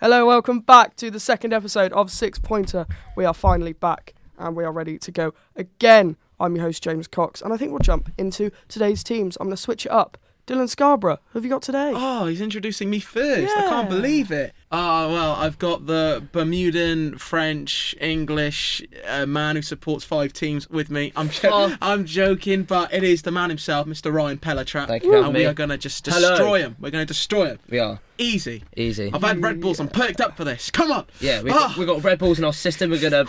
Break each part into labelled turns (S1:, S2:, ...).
S1: Hello, welcome back to the second episode of Six Pointer. We are finally back and we are ready to go again. I'm your host, James Cox, and I think we'll jump into today's teams. I'm going to switch it up. Dylan Scarborough, who have you got today?
S2: Oh, he's introducing me first. I can't
S1: Yeah.
S2: believe it. Oh, well, I've got the Bermudan, French, English uh, man who supports five teams with me. I'm jo-
S1: Oh.
S2: I'm joking, but it is the man himself, Mr. Ryan Pelletrap.
S3: Thank you for
S2: And
S3: having
S2: we
S3: me.
S2: are going to just
S3: Hello.
S2: destroy him. We're going to destroy him.
S3: We are
S2: Easy.
S3: easy.
S2: I've had Red Bulls. I'm perked up for this. Come on.
S3: Yeah, we
S2: Ah,
S3: have we got Red Bulls in our system. We're gonna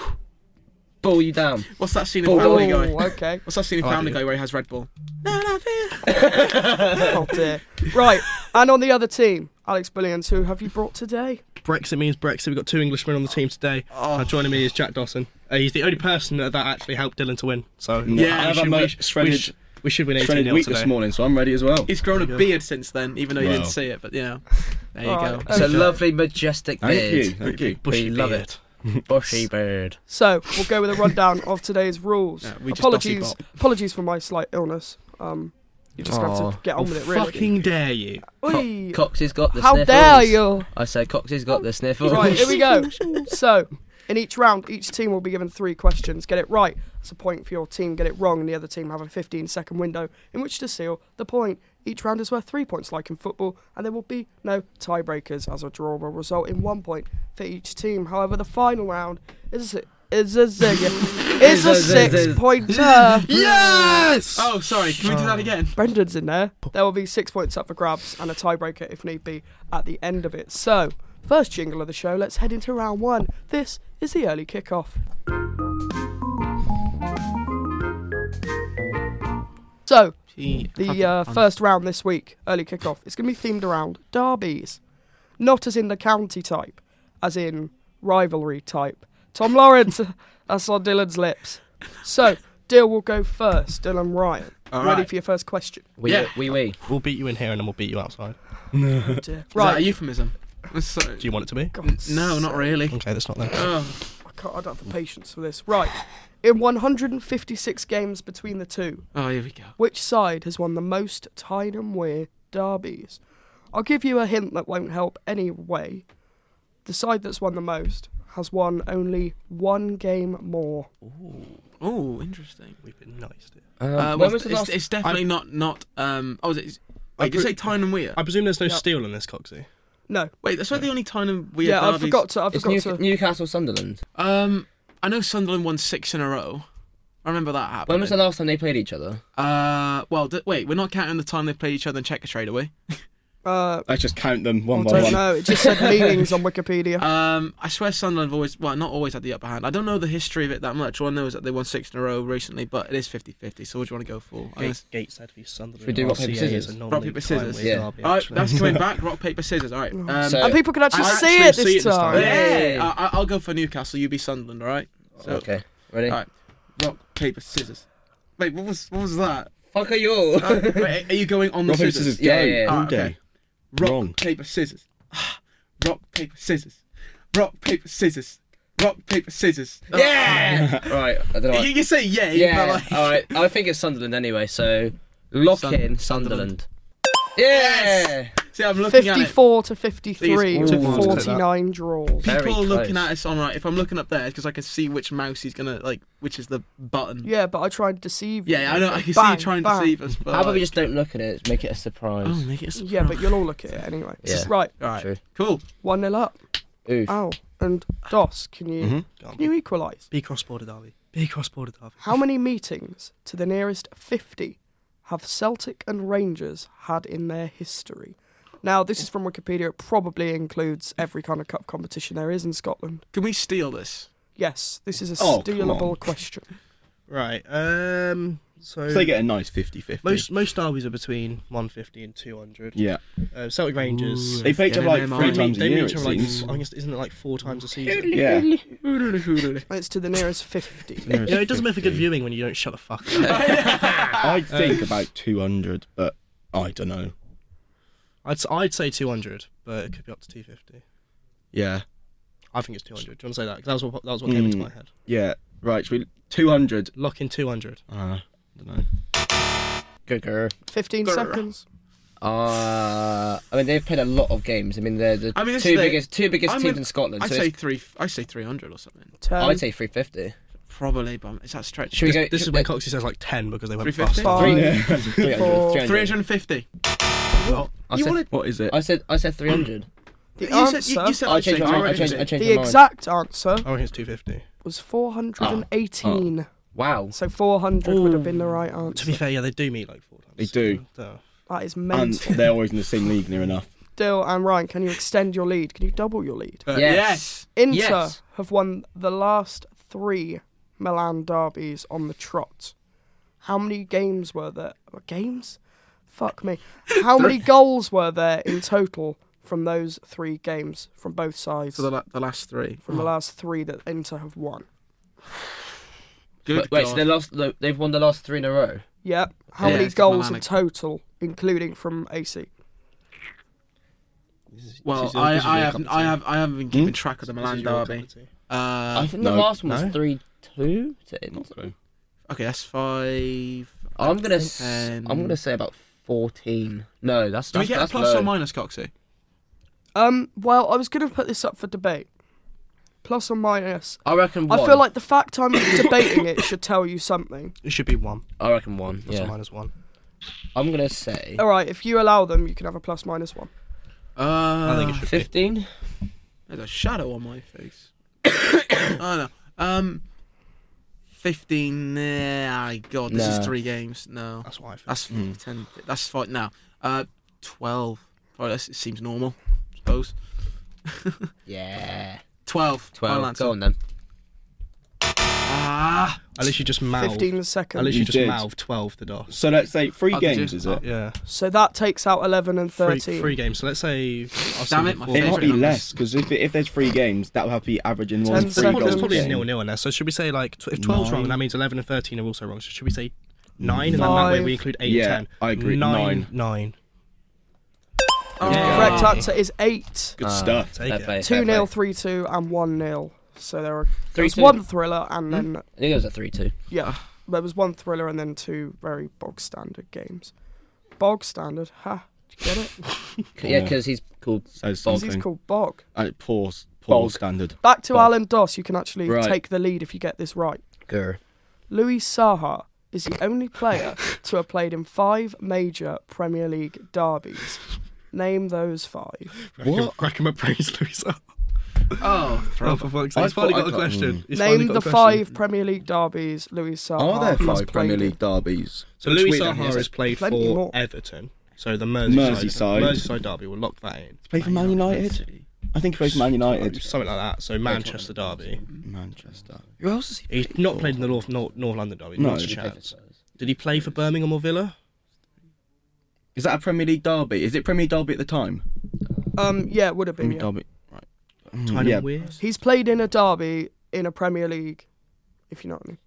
S3: ball you down.
S2: What's that scene in
S3: Bull-
S2: Family
S1: Oh,
S2: Guy?
S1: okay.
S2: What's that scene in
S3: I
S2: Family
S3: do.
S2: Guy where he has Red Bull?
S1: Oh, dear. Right, and on the other team, Alex Billions, who have you brought today?
S4: Brexit means Brexit. We've got two Englishmen on the team today.
S5: Oh.
S4: Uh, joining me is Jack Dawson. Uh, he's the only person that, that actually helped Dylan to win. So
S2: Yeah,
S4: we
S2: I've
S5: had
S4: should,
S5: my
S4: we, sh- we,
S5: shredded-
S4: sh- we should win 18
S5: Shredded
S4: 0
S5: week this
S4: today.
S5: morning, so I'm ready as well.
S2: He's grown a beard since then, even though you didn't
S5: Wow.
S2: see it. But yeah, there you
S1: Alright,
S2: go.
S3: It's a
S1: okay.
S3: lovely, majestic
S5: Thank
S3: beard.
S5: you, thank you.
S3: we love it. Bushy beard.
S1: So we'll go with a rundown of today's rules.
S2: Yeah, we just
S1: apologies,
S2: dossy
S1: apologies for my slight illness. Um, you just have
S2: Oh,
S1: to
S3: Aw.
S1: get on with it, really.
S4: Fucking dare you.
S1: Oi.
S3: Cox has got the
S1: How
S3: sniffles.
S1: dare you!
S3: I say Cox has got the sniffles.
S1: Right, here we go. So, in each round, each team will be given three questions. Get it right, that's a point for your team. Get it wrong, and the other team have a 15 second window in which to seal the point. Each round is worth three points, like in football, and there will be no tiebreakers, as a draw will result in one point for each team. However, the final round is a, si- is a, zig- is a six
S2: Uh,
S1: pointer.
S4: Yes!
S2: Oh, sorry. Can we do that again?
S1: Brendan's in there. There will be six points up for grabs and a tiebreaker if need be at the end of it. So, first jingle of the show, let's head into round one. This is the early kickoff. So, the uh, first round this week, early kickoff, it's going to be themed around derbies. Not as in the county type, as in rivalry type. Tom Lawrence, that's on Dylan's lips. So, Dill will go first, Dylan Ryan.
S2: All
S1: Ready
S2: right.
S1: for your first question?
S3: We,
S2: Yeah.
S3: we, we.
S4: We'll beat you in here and then we'll beat you outside.
S1: Dear.
S2: Is that a
S1: Right.
S2: euphemism? So-
S4: Do you want it to be?
S1: God,
S2: no, not really.
S4: Okay, that's not there.
S2: Oh,
S1: I, can't, I don't have the patience for this. Right. In 156 games between the two,
S2: oh, here we go.
S1: which side has won the most Tyne and Wear derbies? I'll give you a hint that won't help anyway. The side that's won the most has won only one game more.
S2: Oh, interesting.
S4: We've been nice. Dude.
S3: Um,
S2: Uh,
S3: when
S2: well,
S3: was the
S2: it's,
S3: last?
S2: it's definitely not not. Um, oh, is it? Is, wait, did you
S4: pre-
S2: say Tyne and Weir?
S4: I presume there's no
S1: Yep.
S4: steel on this, Coxie.
S1: No.
S2: wait, that's why the only Tyne and Weir.
S1: yeah, I
S2: derbies-
S1: forgot to. I
S3: It's
S1: forgot
S3: New,
S1: to.
S3: Newcastle Sunderland.
S2: Um, I know Sunderland won six in a row. I remember that happening.
S3: When was the last time they played each other?
S2: Uh, well, d- wait, we're not counting the time they played each other in Checker Trade, are we?
S1: Uh,
S5: Let's just count them
S1: I
S5: one by
S1: don't
S5: one.
S1: know. It just said meanings on Wikipedia.
S2: Um, I swear Sunderland have always, well, not always had the upper hand. I don't know the history of it that much. All I know is that they won six in a row recently, but it is 50-50, so what do you want to go for? I'm gonna
S4: Gates, Gateshead v Sunderland.
S3: Should we do rock, paper,
S4: RCA is
S3: scissors?
S4: a nominee
S2: Rock, paper,
S4: time
S2: scissors.
S4: with
S3: Yeah. Oh.
S4: Derby,
S2: All right,
S4: actually.
S2: Uh, that's coming back. Rock, paper, scissors. All right. Um,
S3: So-
S1: and people can actually
S2: I
S1: see
S2: actually
S1: it
S2: see
S1: this
S2: it this
S1: time.
S2: time.
S3: Hey.
S2: I- I- I'll go for Newcastle. You be Sunderland, all right? So,
S3: Okay, ready?
S2: All right. Rock, paper, scissors. Wait, what was what was that?
S3: Fuck are you?
S2: Uh, wait, are you going on the
S5: Rock, paper,
S2: scissors?
S5: scissors,
S3: Yeah,
S5: go.
S3: yeah, yeah.
S5: All
S2: Ah,
S5: day.
S2: okay. Rock,
S5: Wrong.
S2: paper, scissors. Ah, rock, paper, scissors. Rock, paper, scissors. Rock, paper, scissors.
S6: Oh.
S3: yeah. right. I don't know.
S2: Ah,
S3: what-
S2: you, you say yeah, but
S3: Yeah.
S2: like,
S3: All right. I think it's Sunderland anyway. So lock
S2: Sun-
S3: in Sunderland. Yeah.
S2: see, I'm looking at it.
S1: 54 to 53
S2: These-
S1: to
S2: Ooh.
S1: 49 draws.
S3: Very
S2: People are looking
S3: close.
S2: at us on right. If I'm looking up there, it's because I can see which mouse he's gonna like, which is the button.
S1: Yeah, but I try and deceive you.
S2: Yeah, I know. I can see you
S1: Bang,
S2: trying
S1: bang.
S2: to deceive us. But
S3: How about we
S2: like-
S3: just don't look at it? Make it a surprise.
S2: Oh, make it.
S1: Yeah, but you'll all look at it anyway.
S3: Yeah.
S1: Right,
S2: All right.
S3: True.
S2: Cool.
S1: 1 0 up.
S2: Oh.
S3: Oof.
S6: Uh,
S1: Ow. And DOS, can you
S4: Can't
S6: Mm-hmm.
S1: can you equalise?
S4: Be cross border derby. Be cross border derby.
S1: How many meetings to the nearest 50 have Celtic and Rangers had in their history? Now, this is from Wikipedia. It probably includes every kind of cup competition there is in Scotland.
S2: Can we steal this?
S1: Yes, this is a
S5: Oh, come
S1: stealable
S5: on.
S1: question.
S4: Right. Um. So,
S5: So they get a nice 50 50.
S4: most most derbies are between 150 and 200.
S5: Yeah.
S4: Uh, Celtic Rangers.
S5: They play each other like
S2: Get in
S5: three
S2: there,
S5: times
S4: they
S5: a year,
S4: meet each
S5: it
S4: other like
S5: seems.
S4: I guess isn't it like four times a season?
S5: Yeah.
S1: It's to the nearest 50.
S4: You know, it doesn't make for good viewing when you don't shut the fuck up. Uh,
S5: I'd think about 200, but I don't know.
S4: I'd, s- I'd say 200, but it could be up to 250.
S5: Yeah. I
S4: I think it's 200. Do you want to say that? 'Cause that was what, that was what came into
S5: Mm.
S4: my head.
S5: Yeah. Right. Should we 200?
S4: Lock in 200.
S5: Uh, I don't know.
S6: Good girl.
S1: 15 seconds.
S6: Uh, I mean, they've played a lot of games. I mean, they're the
S2: I mean, this
S6: two
S2: is the-
S6: biggest two biggest
S2: I'm
S6: teams
S2: in-
S6: in Scotland.
S2: I
S6: so
S2: say um,
S6: it's-
S2: three. I say three hundred or something.
S1: 10.
S6: I'd say 350.
S2: Probably, but it's that stretch.
S6: Should we go?
S4: This is
S6: should-
S4: when Coxie says like 10 because they went bust.
S2: 350?
S1: Five, four-
S6: three hundred, three hundred.
S2: Three hundred and fifty.
S6: I
S1: You
S6: said,
S1: wanted-
S5: What is it?
S6: I said I said 300.
S1: The
S2: you said you,
S1: answer-
S2: you said
S6: I
S2: I'd say
S6: changed my mind. I changed, I
S2: 350.
S6: changed
S1: the
S6: my mind.
S1: exact answer
S4: I reckon it's 250.
S1: was 418.
S2: Ah.
S6: Wow.
S1: So 400 would have been the right
S4: To
S1: answer.
S4: be fair, yeah, they do meet like four times.
S5: They do.
S4: Duh.
S1: That is
S5: And
S1: mental.
S5: they're always in the same league near enough.
S1: Dill and Ryan, can you extend your lead? Can you double your lead?
S2: But
S6: Yes.
S2: yes.
S1: Inter
S2: Yes.
S1: have won the last three Milan derbies on the trot. How many games were there? Were Games? Fuck me. How many goals were there in total from those three games from both sides?
S2: So the, Oh. la- the last three.
S1: from the last three that Inter have won.
S2: Good
S6: But wait, so
S2: God.
S6: they lost. the- They've won the last three in a row.
S1: Yep. How
S2: Yeah,
S1: many
S2: it's got
S1: goals in
S2: Milan.
S1: total, including from AC?
S2: well,
S5: This is a-
S2: I,
S5: this is
S2: I
S5: a
S2: have,
S5: cup
S2: I
S5: of
S2: have, I haven't been keeping track of the
S4: This
S2: Milan
S4: is your
S2: derby.
S4: cup of tea.
S2: Uh,
S6: I think the
S5: no,
S6: last one was
S5: no.
S6: three two to Inter.
S5: tea.
S2: okay, that's five.
S6: I'm gonna s- I'm gonna say about 14. No, that's
S2: Do we
S6: that's,
S2: get a
S6: that's
S2: plus
S6: low.
S2: or minus, Coxie?
S1: Um, well, I was going to put this up for debate. Plus or minus.
S6: I reckon one.
S1: I feel like the fact I'm debating it should tell you something.
S4: It should be one.
S6: I reckon one.
S4: Plus or
S6: Yeah.
S4: minus one.
S6: I'm gonna say
S1: All right, if you allow them, you can have a plus minus one.
S2: Uh,
S4: I think it should
S6: 15.
S2: There's a shadow on my face. oh no. Um, fifteen. Nah, God, this
S6: Nah. Mm.
S2: is three games. No,
S4: be. That's why I feel.
S2: that's ten. That's five. Now, uh, twelve. Oh, that's, it seems normal. I suppose
S6: Yeah.
S2: twelve.
S6: 12.
S2: I'll answer.
S6: Go on then.
S2: Ah,
S4: At least you just mouthed.
S1: 15
S4: At
S1: seconds.
S4: least you
S5: You
S4: just
S5: did.
S4: mouthed 12 to DOS.
S5: So let's say three
S2: Oh, did
S5: games,
S2: you?
S5: is it?
S4: Yeah.
S1: So that takes out 11 and
S4: Three,
S1: 13.
S4: three games. So let's say. I've
S2: Damn
S4: seen
S2: it, my
S4: before-
S5: It might
S2: favourite
S5: be
S2: numbers.
S5: less because if, if there's three games, that would have to be averaging more than
S1: Ten
S5: three
S1: seconds.
S5: goals.
S4: It's probably
S5: a
S4: a
S5: game.
S4: nil nil in there. So should we say like tw- if twelve's wrong,
S5: Nine.
S4: that means eleven and thirteen are also wrong. So should we say nine, and then that way
S1: Five.
S4: we include eight
S5: Yeah,
S4: and ten?
S5: I agree.
S4: Nine, nine.
S2: Yeah.
S1: Correct answer is 8.
S5: Good
S4: Uh,
S6: Ah.
S5: stuff.
S4: Take
S6: Fair
S4: it.
S6: play, fair
S1: 2 0,
S6: play.
S1: 3 2, and 1 0. So there are there was
S6: 3-2.
S1: one thriller
S5: Hmm?
S1: and then
S6: I think it was a 3 2.
S1: yeah,
S5: Ah.
S1: there was one thriller and then two very bog standard games. Bog standard, ha! Did you get it?
S6: Yeah, because he's called.
S5: Says
S1: 'Cause he's
S5: something.
S1: called bog.
S5: And it poor, poor
S6: Bulk.
S5: standard.
S1: Back to
S5: Bog.
S1: Alan Doss. You can actually
S5: Right.
S1: take the lead if you get this right.
S6: Grr.
S1: Luis Saha is the only player to have played in five major Premier League derbies. Name those five.
S4: What? Crack him up, praise loser.
S2: oh,
S4: Oh, for fuck's sake!
S5: I
S4: He's finally got a
S5: thought I got- Mm.
S4: question. He's finally
S1: Name
S4: got
S1: the
S4: a question.
S1: five Premier League derbies Luis Saha
S5: Are there
S1: has
S5: five
S1: played
S5: Premier
S1: in.
S5: League derbies?
S4: So
S5: Which
S4: Louis
S5: we don't
S4: Saha
S5: know.
S4: has played for
S1: Plenty more.
S4: Everton. So the Merseyside,
S5: Merseyside.
S4: Merseyside derby. We'll lock that in.
S5: Play for Man United? I think he plays for Man United.
S4: Something like that. So Manchester derby.
S5: Manchester.
S2: who else is he?
S4: He's not played in the North North, North London derby. No,
S5: No.
S4: not a
S5: Did he
S4: chance. Did he play for Birmingham or Villa?
S5: Is that a Premier League derby? Is it Premier League derby at the time?
S1: Um, yeah, it would have been.
S5: Premier
S1: Yeah.
S5: derby. Right.
S4: Kind
S5: Hmm. yeah.
S4: of weird.
S1: He's played in a derby in a Premier League, if you know what I mean.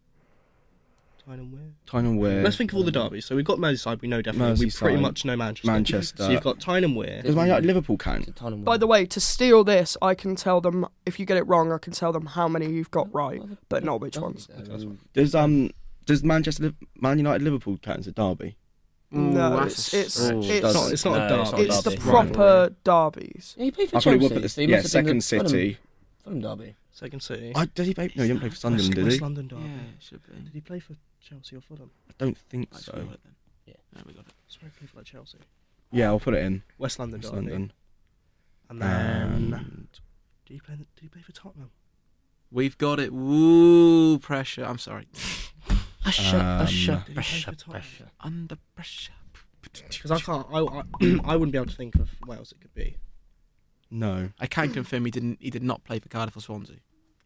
S4: Kind of weird.
S5: Tyne and Wear.
S4: Let's think of all the derbies. So we've got Merseyside, we know definitely. We pretty
S5: Merseyside,
S4: much know Manchester.
S5: Manchester.
S4: So you've got Tyne and Weir.
S5: Does Man United Liverpool count?
S6: Tottenham.
S1: By the way, to steal this, I can tell them if you get it wrong, I can tell them how many you've got right, but not which ones.
S5: Does um does Manchester Liv- Man United Liverpool count as a derby?
S1: No,
S2: that's-
S1: it's- it's-
S2: Ooh,
S1: it's-
S4: It's not, it's not
S6: No,
S4: a
S6: it's
S4: derby.
S6: not a
S1: It's the
S6: derby.
S1: proper derbies.
S6: Yeah, he played for
S5: I probably
S6: Chelsea.
S5: would put
S6: so
S5: the
S6: he
S5: yeah
S6: must have been
S5: second
S6: the Tottenham-
S5: city.
S6: Tottenham derby.
S4: Second City.
S5: I did he play? No, he didn't play for
S4: West,
S5: Sunderland, did
S4: West
S5: he? I
S4: London
S2: Yeah,
S4: derby.
S2: it should be.
S4: Did he play for Chelsea or Fulham?
S5: don't think
S2: Let's
S5: so.
S2: roll it then.
S6: Yeah.
S2: There we got it.
S4: I swear he played for like Chelsea.
S5: Yeah, I'll put it in.
S4: West London
S5: West
S4: derby.
S5: London.
S4: And
S5: Um,
S4: then
S5: And
S4: did he play? Did he play for Tottenham?
S2: We've got it. Woo, pressure. I'm sorry.
S6: Usher,
S2: Um,
S5: um,
S6: usher,
S4: Did he play
S6: usher,
S4: for Tottenham?
S6: usher.
S2: Under pressure.
S4: Because I can't. I, I, I wouldn't be able to think of what else it could be.
S5: no.
S2: I can confirm he didn't. He did not play for Cardiff or Swansea.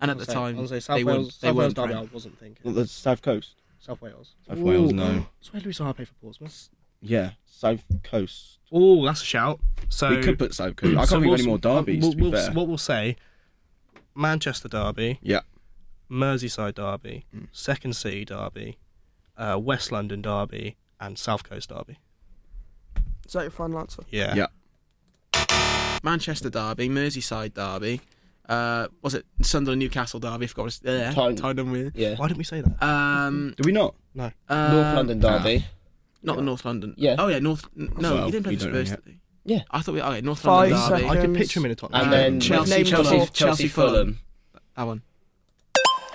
S2: And at the
S4: I'll say-
S2: time,
S4: I'll say South
S2: they
S4: Wales.
S2: weren't. They
S4: South Wales
S2: weren't.
S4: derby. I
S2: Wales
S4: wasn't thinking.
S5: The South Coast.
S4: South Wales.
S5: South Wales, no.
S4: So where do we start play for Portsmouth?
S5: Yeah, South Coast.
S4: Oh, that's a shout. So
S5: we could put South Coast. I can't
S4: so
S5: think
S4: we'll- uh,
S5: of any more derbies.
S4: We'll,
S5: to be
S4: we'll-
S5: fair.
S4: What we'll say: Manchester derby,
S5: yeah, Mm.
S4: Merseyside derby, Second City derby, uh, West London derby, and South Coast derby.
S1: Is that your final answer?
S4: Yeah.
S5: yeah.
S2: Manchester derby, Merseyside derby. Uh, was it Sunderland Newcastle derby? I forgot. It's there.
S6: Tyne.
S2: Tyne with.
S6: Yeah.
S4: Why didn't we say that?
S2: Um,
S5: Do we not?
S2: uh,
S6: North London derby.
S2: Not the North London.
S6: Yeah.
S2: Oh yeah, North. n- No,
S5: Well,
S2: you didn't play
S5: we
S2: for
S5: don't know
S2: Spurs.
S5: yet.
S2: did you?
S6: Yeah.
S2: I thought we. Okay, North
S1: Five
S2: London derby.
S1: seconds.
S4: I could picture him in a Tottenham.
S6: and
S4: shirt.
S6: then
S2: Um, Chelsea,
S6: Chelsea,
S1: Chelsea,
S6: Chelsea,
S2: Chelsea,
S6: Fulham.
S2: That one.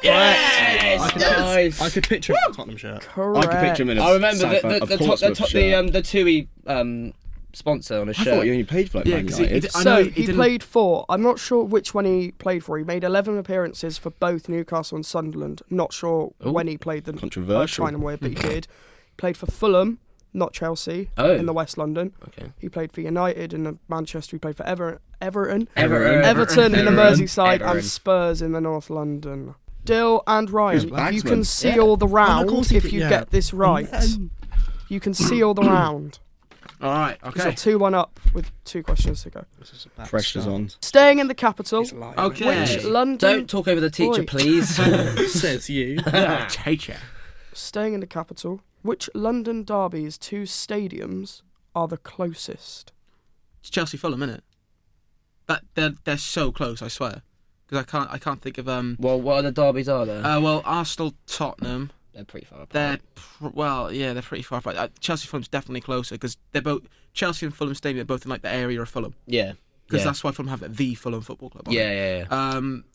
S6: Yes, nice.
S4: I could picture him in a Tottenham shirt.
S5: I
S1: Correct.
S5: could picture him in a
S6: I remember
S5: South,
S6: the the,
S5: a
S6: the, top, the,
S5: Portsmouth
S6: top, the
S5: shirt.
S6: um the Tui um sponsor on his
S5: I
S6: shirt.
S5: thought you only paid for like
S2: Yeah,
S5: Man
S2: 'cause he- he
S5: United.
S2: did- I know
S1: So
S2: he
S1: he,
S2: didn't-
S1: played for. I'm not sure which one he played for. He made 11 appearances for both Newcastle and Sunderland. Not sure when he played them.
S5: Controversial.
S1: China way, but he did. Played for Fulham, not Chelsea,
S6: Oh.
S1: in the West London.
S6: Okay.
S1: He played for United in the Manchester. He played for Ever- Everton,
S6: Everton.
S1: Everton in the
S6: Everton.
S1: Merseyside,
S6: Everton.
S1: and Spurs in the North London. Dill and Ryan,
S5: Who's
S1: you
S5: Bagsman?
S1: can seal the round
S4: course he
S1: if
S4: did,
S1: you
S4: yeah.
S1: get this right. You can seal the round.
S2: All right.
S1: He's
S2: Okay.
S1: got two one up with two questions to go.
S5: Pressure's on.
S1: Staying in the capital,
S2: Okay.
S1: which London
S6: Don't talk over the teacher,
S1: Oi.
S6: please.
S4: Says you.
S2: Take it.
S1: Staying in the capital, which London derby's two stadiums are the closest?
S2: It's Chelsea Fulham, innit? That they're they're so close, I swear. Because I can't I can't think of um.
S6: well, what other derbies are there?
S2: Uh, well, Arsenal, Tottenham,
S6: They're pretty far apart.
S2: they're pr- well, yeah, they're pretty far apart. Uh, Chelsea Fulham's definitely closer because they're both Chelsea and Fulham Stadium. They're both in like the area of Fulham
S6: yeah.
S2: because
S6: yeah.
S2: that's why Fulham have the Fulham Football Club. on
S6: yeah,
S2: it.
S6: yeah, yeah.
S2: Um,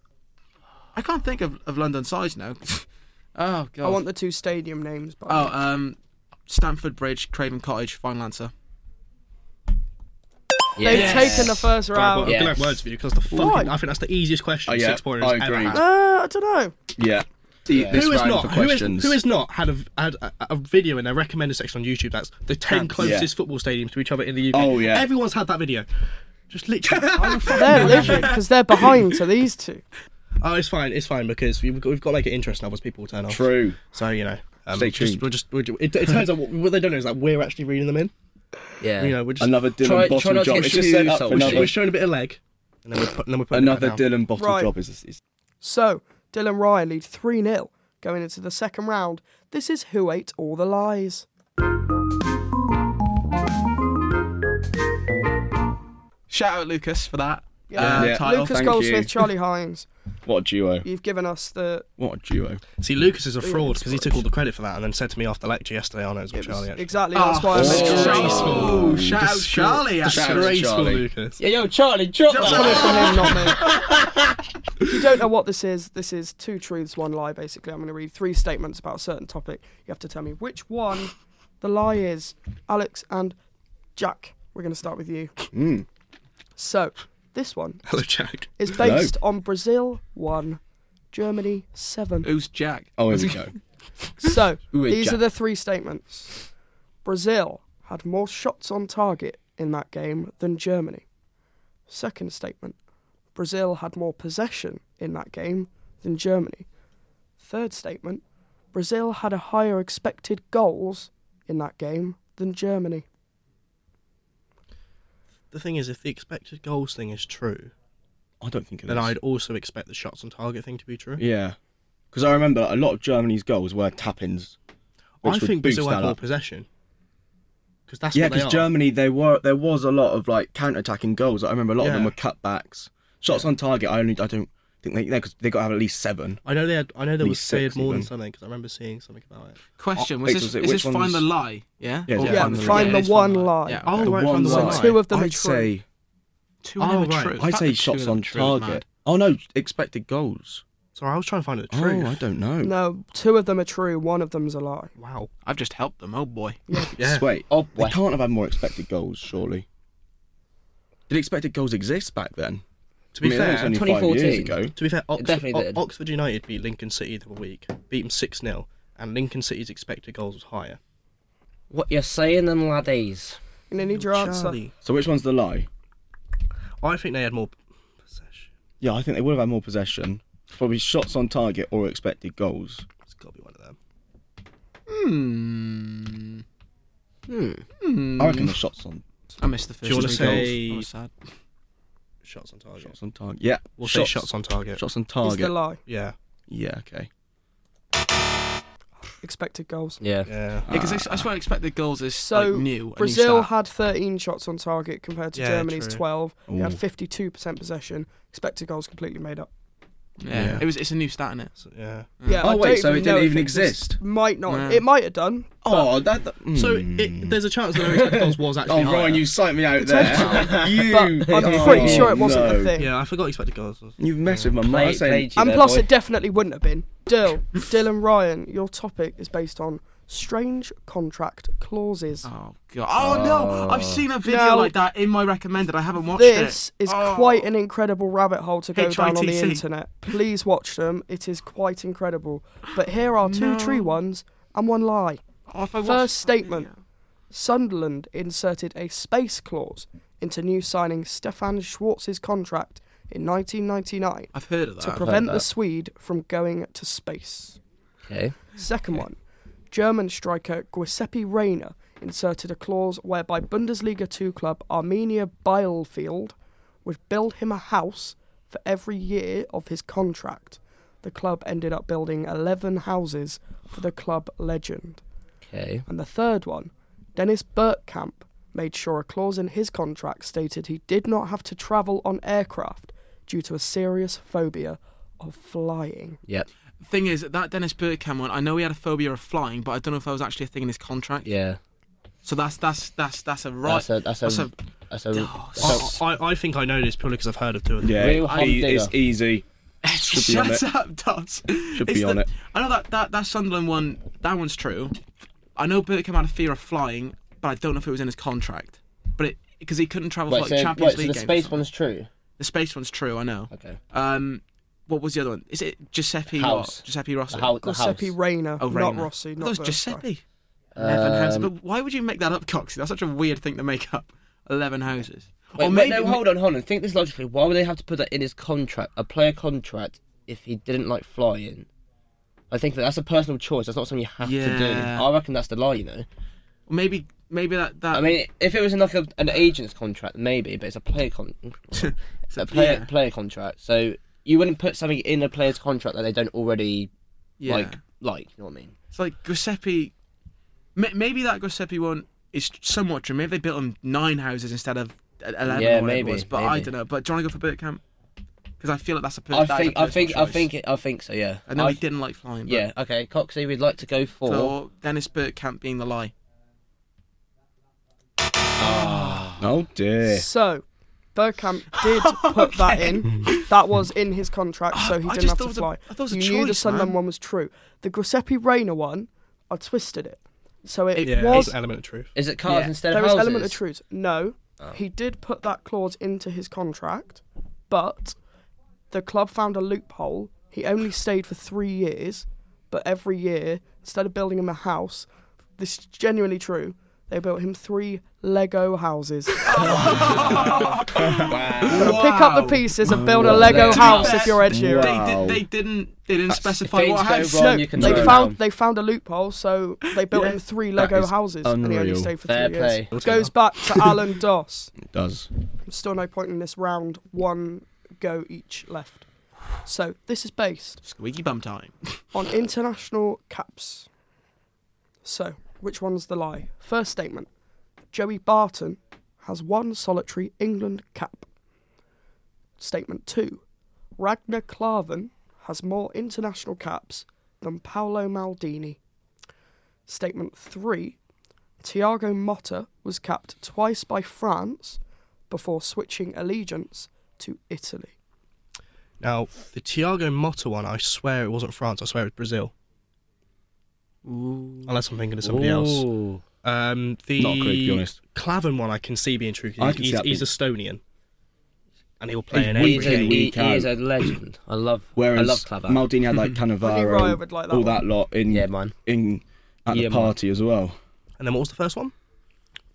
S2: I can't think of, of London sides now. oh god.
S1: I want the two stadium names. But
S2: oh um, Stamford Bridge, Craven Cottage, Fine Lancer.
S1: they've
S6: Yes.
S1: taken the first round.
S4: I'm
S6: Yeah.
S4: gonna have words for you because the fucking.
S1: Why?
S4: I think that's the easiest question
S5: Oh, yeah,
S4: six pointers
S5: I
S4: ever
S5: agree.
S4: had.
S1: Uh, I don't know.
S5: Yeah.
S4: Who is not?
S5: For
S4: Who is,
S5: questions.
S4: who is not had a had a, a video in their recommended section on YouTube? That's the ten closest football stadiums to each other in the UK.
S5: Oh, yeah.
S4: everyone's had that video. Just literally.
S1: They're livid because they're behind to these two.
S4: oh, it's fine. It's fine because we've got, we've got like an interest now. As people will turn off.
S5: True.
S4: So you know. Um,
S5: Stay
S4: just-
S5: tuned.
S4: we're just, we're ju- it, it turns out what, what they don't know is that we're actually reading them in.
S6: yeah.
S4: You know, we're just
S5: Another Dylan
S6: Try- try
S5: Bottle
S6: not to
S5: job.
S6: get
S5: It's just set up
S6: too
S4: we're,
S5: for
S4: sh-
S5: another,
S4: we're showing a bit of leg, and then we're putting, then we're putting it
S5: another
S4: down.
S5: Dylan Bottle
S1: Right.
S5: job. Is, is
S1: So Dylan Ryan lead three 0 going into the second round. This is who ate all the lies.
S2: Shout out Lucas for that.
S1: Yeah.
S2: uh,
S5: Yeah.
S2: title.
S1: Lucas
S5: thank
S1: Goldsmith,
S5: you.
S1: Charlie Hines.
S5: what a duo.
S1: You've given us the
S5: What a duo.
S4: See, Lucas is a fraud because he took all the credit for that and then said to me after lecture yesterday, "I know it's what
S1: it was-
S4: Charlie." actually
S1: exactly. That's why I mentioned
S4: Disgraceful.
S1: it.
S2: Oh, shout out
S4: Disgra-
S2: Charlie.
S5: Shout out
S2: Actually.
S5: to
S4: Disgraceful,
S5: Charlie.
S4: Lucas.
S6: yeah, yo, Charlie, drop
S1: It's
S6: that.
S1: coming from him, not me. if you don't know what this is, this is two truths, one lie. Basically, I'm going to read three statements about a certain topic. You have to tell me which one the lie is. Alex and Jack, we're going to start with you. So this one
S4: Hello, Jack.
S1: is
S5: Hello.
S1: based on Brazil one, Germany seven.
S2: Who's Jack?
S5: Oh, here we go.
S1: So
S5: Ooh,
S1: these
S5: Jack.
S1: are the three statements. Brazil had more shots on target in that game than Germany. Second statement. Brazil had more possession in that game than Germany. Third statement. Brazil had a higher expected goals in that game than Germany.
S4: The thing is, if the expected goals thing is true,
S5: I don't think it
S4: then
S5: is.
S4: I'd also expect the shots on target thing to be true.
S5: Yeah. Because I remember a lot of Germany's goals were tap-ins.
S4: I
S5: which would
S4: think Brazil
S5: boost
S4: had
S5: that
S4: more
S5: up.
S4: possession. Because that's
S5: Yeah,
S4: what they
S5: because
S4: are.
S5: Germany, there were there was a lot of like counter-attacking goals. I remember a lot of them
S4: Yeah.
S5: were cutbacks, shots on target. I only I don't think they yeah, 'cause they got to have at least seven.
S4: I know they had. I know there
S5: At
S4: was
S5: least
S4: they had
S5: six
S4: more than
S5: even.
S4: something because I remember seeing something about it.
S2: Question.
S5: Oh,
S2: Was
S5: wait,
S2: this,
S5: was it-
S2: is
S5: which
S2: this find the
S5: one's-
S2: lie? Yeah.
S5: Yeah,
S2: Or
S5: yeah,
S1: find the lie.
S2: it is
S1: Find the
S2: find
S1: lie.
S2: Yeah.
S4: Oh,
S2: okay.
S4: right, found the
S5: lie.
S4: one
S5: Right.
S1: Two of them are
S5: I'd
S1: true.
S5: say
S2: Two
S4: Oh,
S2: in the
S4: right.
S2: truth.
S5: I'd
S2: That
S5: say
S2: is
S5: shots
S2: two in
S5: on
S2: the truth, man.
S5: target. Oh no, expected goals.
S4: Sorry, I was trying to find out the
S5: Oh,
S4: truth.
S5: I don't know.
S1: No, two of them are true, one of them's a lie.
S4: Wow.
S2: I've just helped them. Oh boy.
S4: Yeah.
S5: Wait,
S6: Oh,
S5: they
S6: boy.
S5: can't have had more expected goals, surely. Did expected goals exist back then?
S4: To be
S5: I mean, that was
S4: fair,
S5: only five
S6: 2014.
S5: years ago.
S4: to be fair, Oxford,
S6: definitely
S4: O-
S6: did.
S4: Oxford United beat Lincoln City the other week, beat them six 0 and Lincoln City's expected goals was higher.
S6: What you're saying, then, laddies?
S1: And I need your answer.
S4: Charlie.
S5: So which one's the lie?
S4: I think they had more possession.
S5: Yeah, I think they would have had more possession. Probably shots on target or expected goals.
S4: It's got to be one of them.
S2: Hmm.
S5: I reckon the shots on
S2: I missed the first
S4: you wanna
S2: three
S4: say-
S2: goals. I was sad.
S4: Shots on target.
S5: shots on target. Yeah,
S4: We'll
S5: shots,
S4: say shots on target.
S5: shots on
S1: Is the
S5: target.
S1: lie
S4: Yeah.
S5: Yeah, okay.
S1: expected goals?
S6: Yeah.
S4: Yeah.
S2: Yeah, because I swear I expected goals is
S1: So,
S2: like, new. a
S1: Brazil
S2: new stat.
S1: had 13 shots on target compared to
S4: Yeah,
S1: Germany's
S4: true.
S1: 12. They had
S5: Ooh.
S1: 52% possession. Expected goals completely made up.
S2: yeah.
S5: Yeah.
S2: it was. It's a new stat in it.
S4: So, yeah.
S1: Yeah. I
S5: Oh
S1: don't
S5: wait, so it
S1: know
S5: didn't
S1: if
S5: even
S1: exists.
S5: exist.
S1: Might not.
S2: No.
S1: It might have done.
S5: Oh, that. that
S4: So
S5: hmm.
S4: it, there's a chance that our expected goals was actually.
S5: Oh, Ryan,
S4: higher.
S5: you psyched me out there. you.
S1: But I'm
S5: Oh,
S1: pretty sure it wasn't
S5: no.
S1: a thing.
S4: Yeah, I forgot expected goals. was-
S5: You've messed with my
S6: Play-
S5: mind. saying-
S6: played you
S1: And
S6: there,
S1: plus,
S6: boy.
S1: it definitely wouldn't have been. Dill, Dylan Ryan, your topic is based on strange contract clauses.
S2: Oh god. Oh, no! I've seen a video
S1: Now-
S2: like that in my recommended. I haven't watched
S1: This
S2: it.
S1: is
S2: Oh.
S1: quite an incredible rabbit hole to go down on the
S2: HITC.
S1: internet. Please watch them. It is quite incredible. But here are two true ones and one lie.
S2: Oh, if I watched
S1: First
S2: that
S1: statement
S2: video.
S1: Sunderland inserted a space clause into new signing Stefan Schwartz's contract in 1999
S2: I've heard of that.
S1: to prevent the
S6: that.
S1: Swede from going to space.
S6: Okay.
S1: Second one, German striker Giuseppe Reina inserted a clause whereby Bundesliga 2 club Armenia Bielefeld would build him a house for every year of his contract. The club ended up building 11 houses for the club legend.
S6: Okay.
S1: And the third one, Dennis Bergkamp made sure a clause in his contract stated he did not have to travel on aircraft due to a serious phobia of flying.
S6: Yep.
S2: Thing is, that Dennis Bergkamp one. I know he had a phobia of flying, but I don't know if that was actually a thing in his contract.
S6: Yeah.
S2: So that's that's that's that's a right.
S6: That's a that's a that's a,
S2: Oh,
S6: that's
S4: I, I, I think I know this purely because I've heard of two of them.
S5: Yeah,
S6: Real hot
S5: e-
S6: digger.
S5: it's easy. Should be on
S2: Shut up, Dots. Should
S5: be on it.
S2: I know that, that that Sunderland one. That one's true. I know Bergkamp had a fear of flying, but I don't know if it was in his contract. But it because he couldn't travel
S6: wait,
S2: for like
S6: so,
S2: Champions
S6: wait, so
S2: League
S6: the
S2: games.
S6: space one's true.
S2: The space one's true. I know.
S6: Okay.
S2: Um, what was the other one? Is it Giuseppe? what?
S6: House.
S2: Giuseppe Rossi.
S6: The, hou- the house.
S1: Giuseppe Reina,
S2: Oh,
S1: not
S2: Reina.
S1: Rossi.
S2: I
S1: Not
S2: thought it was
S1: Bergkamp.
S2: Giuseppe. Eleven houses.
S6: Um,
S2: But why would you make that up, Coxie? That's such a weird thing to make up. Eleven houses.
S6: Wait, wait, no, hold on, hold on. Think this logically. Why would they have to put that in his contract, a player contract, if he didn't like flying? I think that that's a personal choice. That's not something you have to do.
S2: Yeah.
S6: I reckon that's the lie, you know.
S2: Maybe maybe that that.
S6: I mean, if it was in like a, an agent's contract, maybe, but it's a player con, it's a player
S2: yeah.
S6: player contract. So you wouldn't put something in a player's contract that they don't already
S2: yeah.
S6: like like. You know what I mean?
S2: It's like Giuseppe. ma- Maybe that Giuseppe one is somewhat true. Maybe they built him nine houses instead of e, eleven.
S6: Yeah,
S2: or whatever
S6: maybe,
S2: It was, but I
S6: maybe.
S2: don't know. But do you want to go for Bergkamp? Because I feel like that's a. Per- that
S6: I
S2: is a
S6: think I
S2: personal
S6: think I
S2: choice.
S6: think it, I think so. Yeah.
S2: I know
S6: I-
S2: he didn't like flying. But
S6: yeah. Okay, Coxie, we'd like to go for.
S2: So Dennis Bergkamp being the lie.
S5: Oh dear.
S1: So, Bergkamp did put that in. That was in his contract, so he
S2: I
S1: didn't
S2: just
S1: have
S2: thought it
S1: to
S2: was a-
S1: fly.
S2: I thought it was a
S1: you knew the
S2: choice,
S1: Sunderland
S2: man.
S1: one was true. The Giuseppe Reina one, I twisted it. So it,
S4: Yeah,
S1: was.
S4: it's an element of truth.
S6: Is it cars
S2: Yeah.
S6: instead
S1: There
S6: of
S1: is
S6: houses?
S1: element of truth. No, he did put that clause into his contract, but the club found a loophole. He only stayed for three years, but every year, instead of building him a house, this is genuinely true. They built him three Lego houses. Pick up the pieces and build a Lego
S6: Lego
S1: house
S2: house.
S1: if you're Ed Sheeran.
S2: They,
S5: Wow.
S2: did, they didn't. They didn't
S6: If
S2: specify
S6: things
S2: what
S6: go
S2: house.
S6: wrong,
S1: No,
S6: you can
S1: they
S6: turn
S1: found
S6: around.
S1: they found a loophole, so they built him three
S5: that
S1: Lego
S5: is
S1: houses, and he only
S5: unreal.
S1: stayed for
S6: Fair
S1: three
S6: play.
S1: years. Goes back to Alan Doss.
S5: It does.
S1: Still no point in this round. One go each left. So this is based
S2: Squeaky bum time.
S1: on international caps. So which one's the lie? First statement: Joey Barton has one solitary England cap. Statement two: Ragnar Klavan has more international caps than Paolo Maldini. Statement three: Thiago Motta was capped twice by France before switching allegiance to Italy.
S4: Now, the Thiago Motta one, I swear it wasn't France. I swear it was Brazil. Unless I'm thinking of somebody else.
S6: Ooh.
S4: Um, the
S5: Not a clue, to be honest.
S4: Clavin one, I can see being true. 'cause
S5: I
S4: he's-
S5: can see
S4: he's,
S5: that
S4: he's
S5: being-
S4: Estonian, and he'll play in every
S6: He's a,
S4: game.
S6: he,
S5: week
S6: he is a
S5: out.
S6: legend. I love.
S5: Whereas
S6: I love Claver.
S5: Maldini had like Cannavaro,
S1: Raya would like that
S5: all
S1: one.
S5: that lot in
S6: Yeah, man.
S5: in at
S6: Yeah,
S5: the
S6: man.
S5: party as well.
S4: And then what was the first one?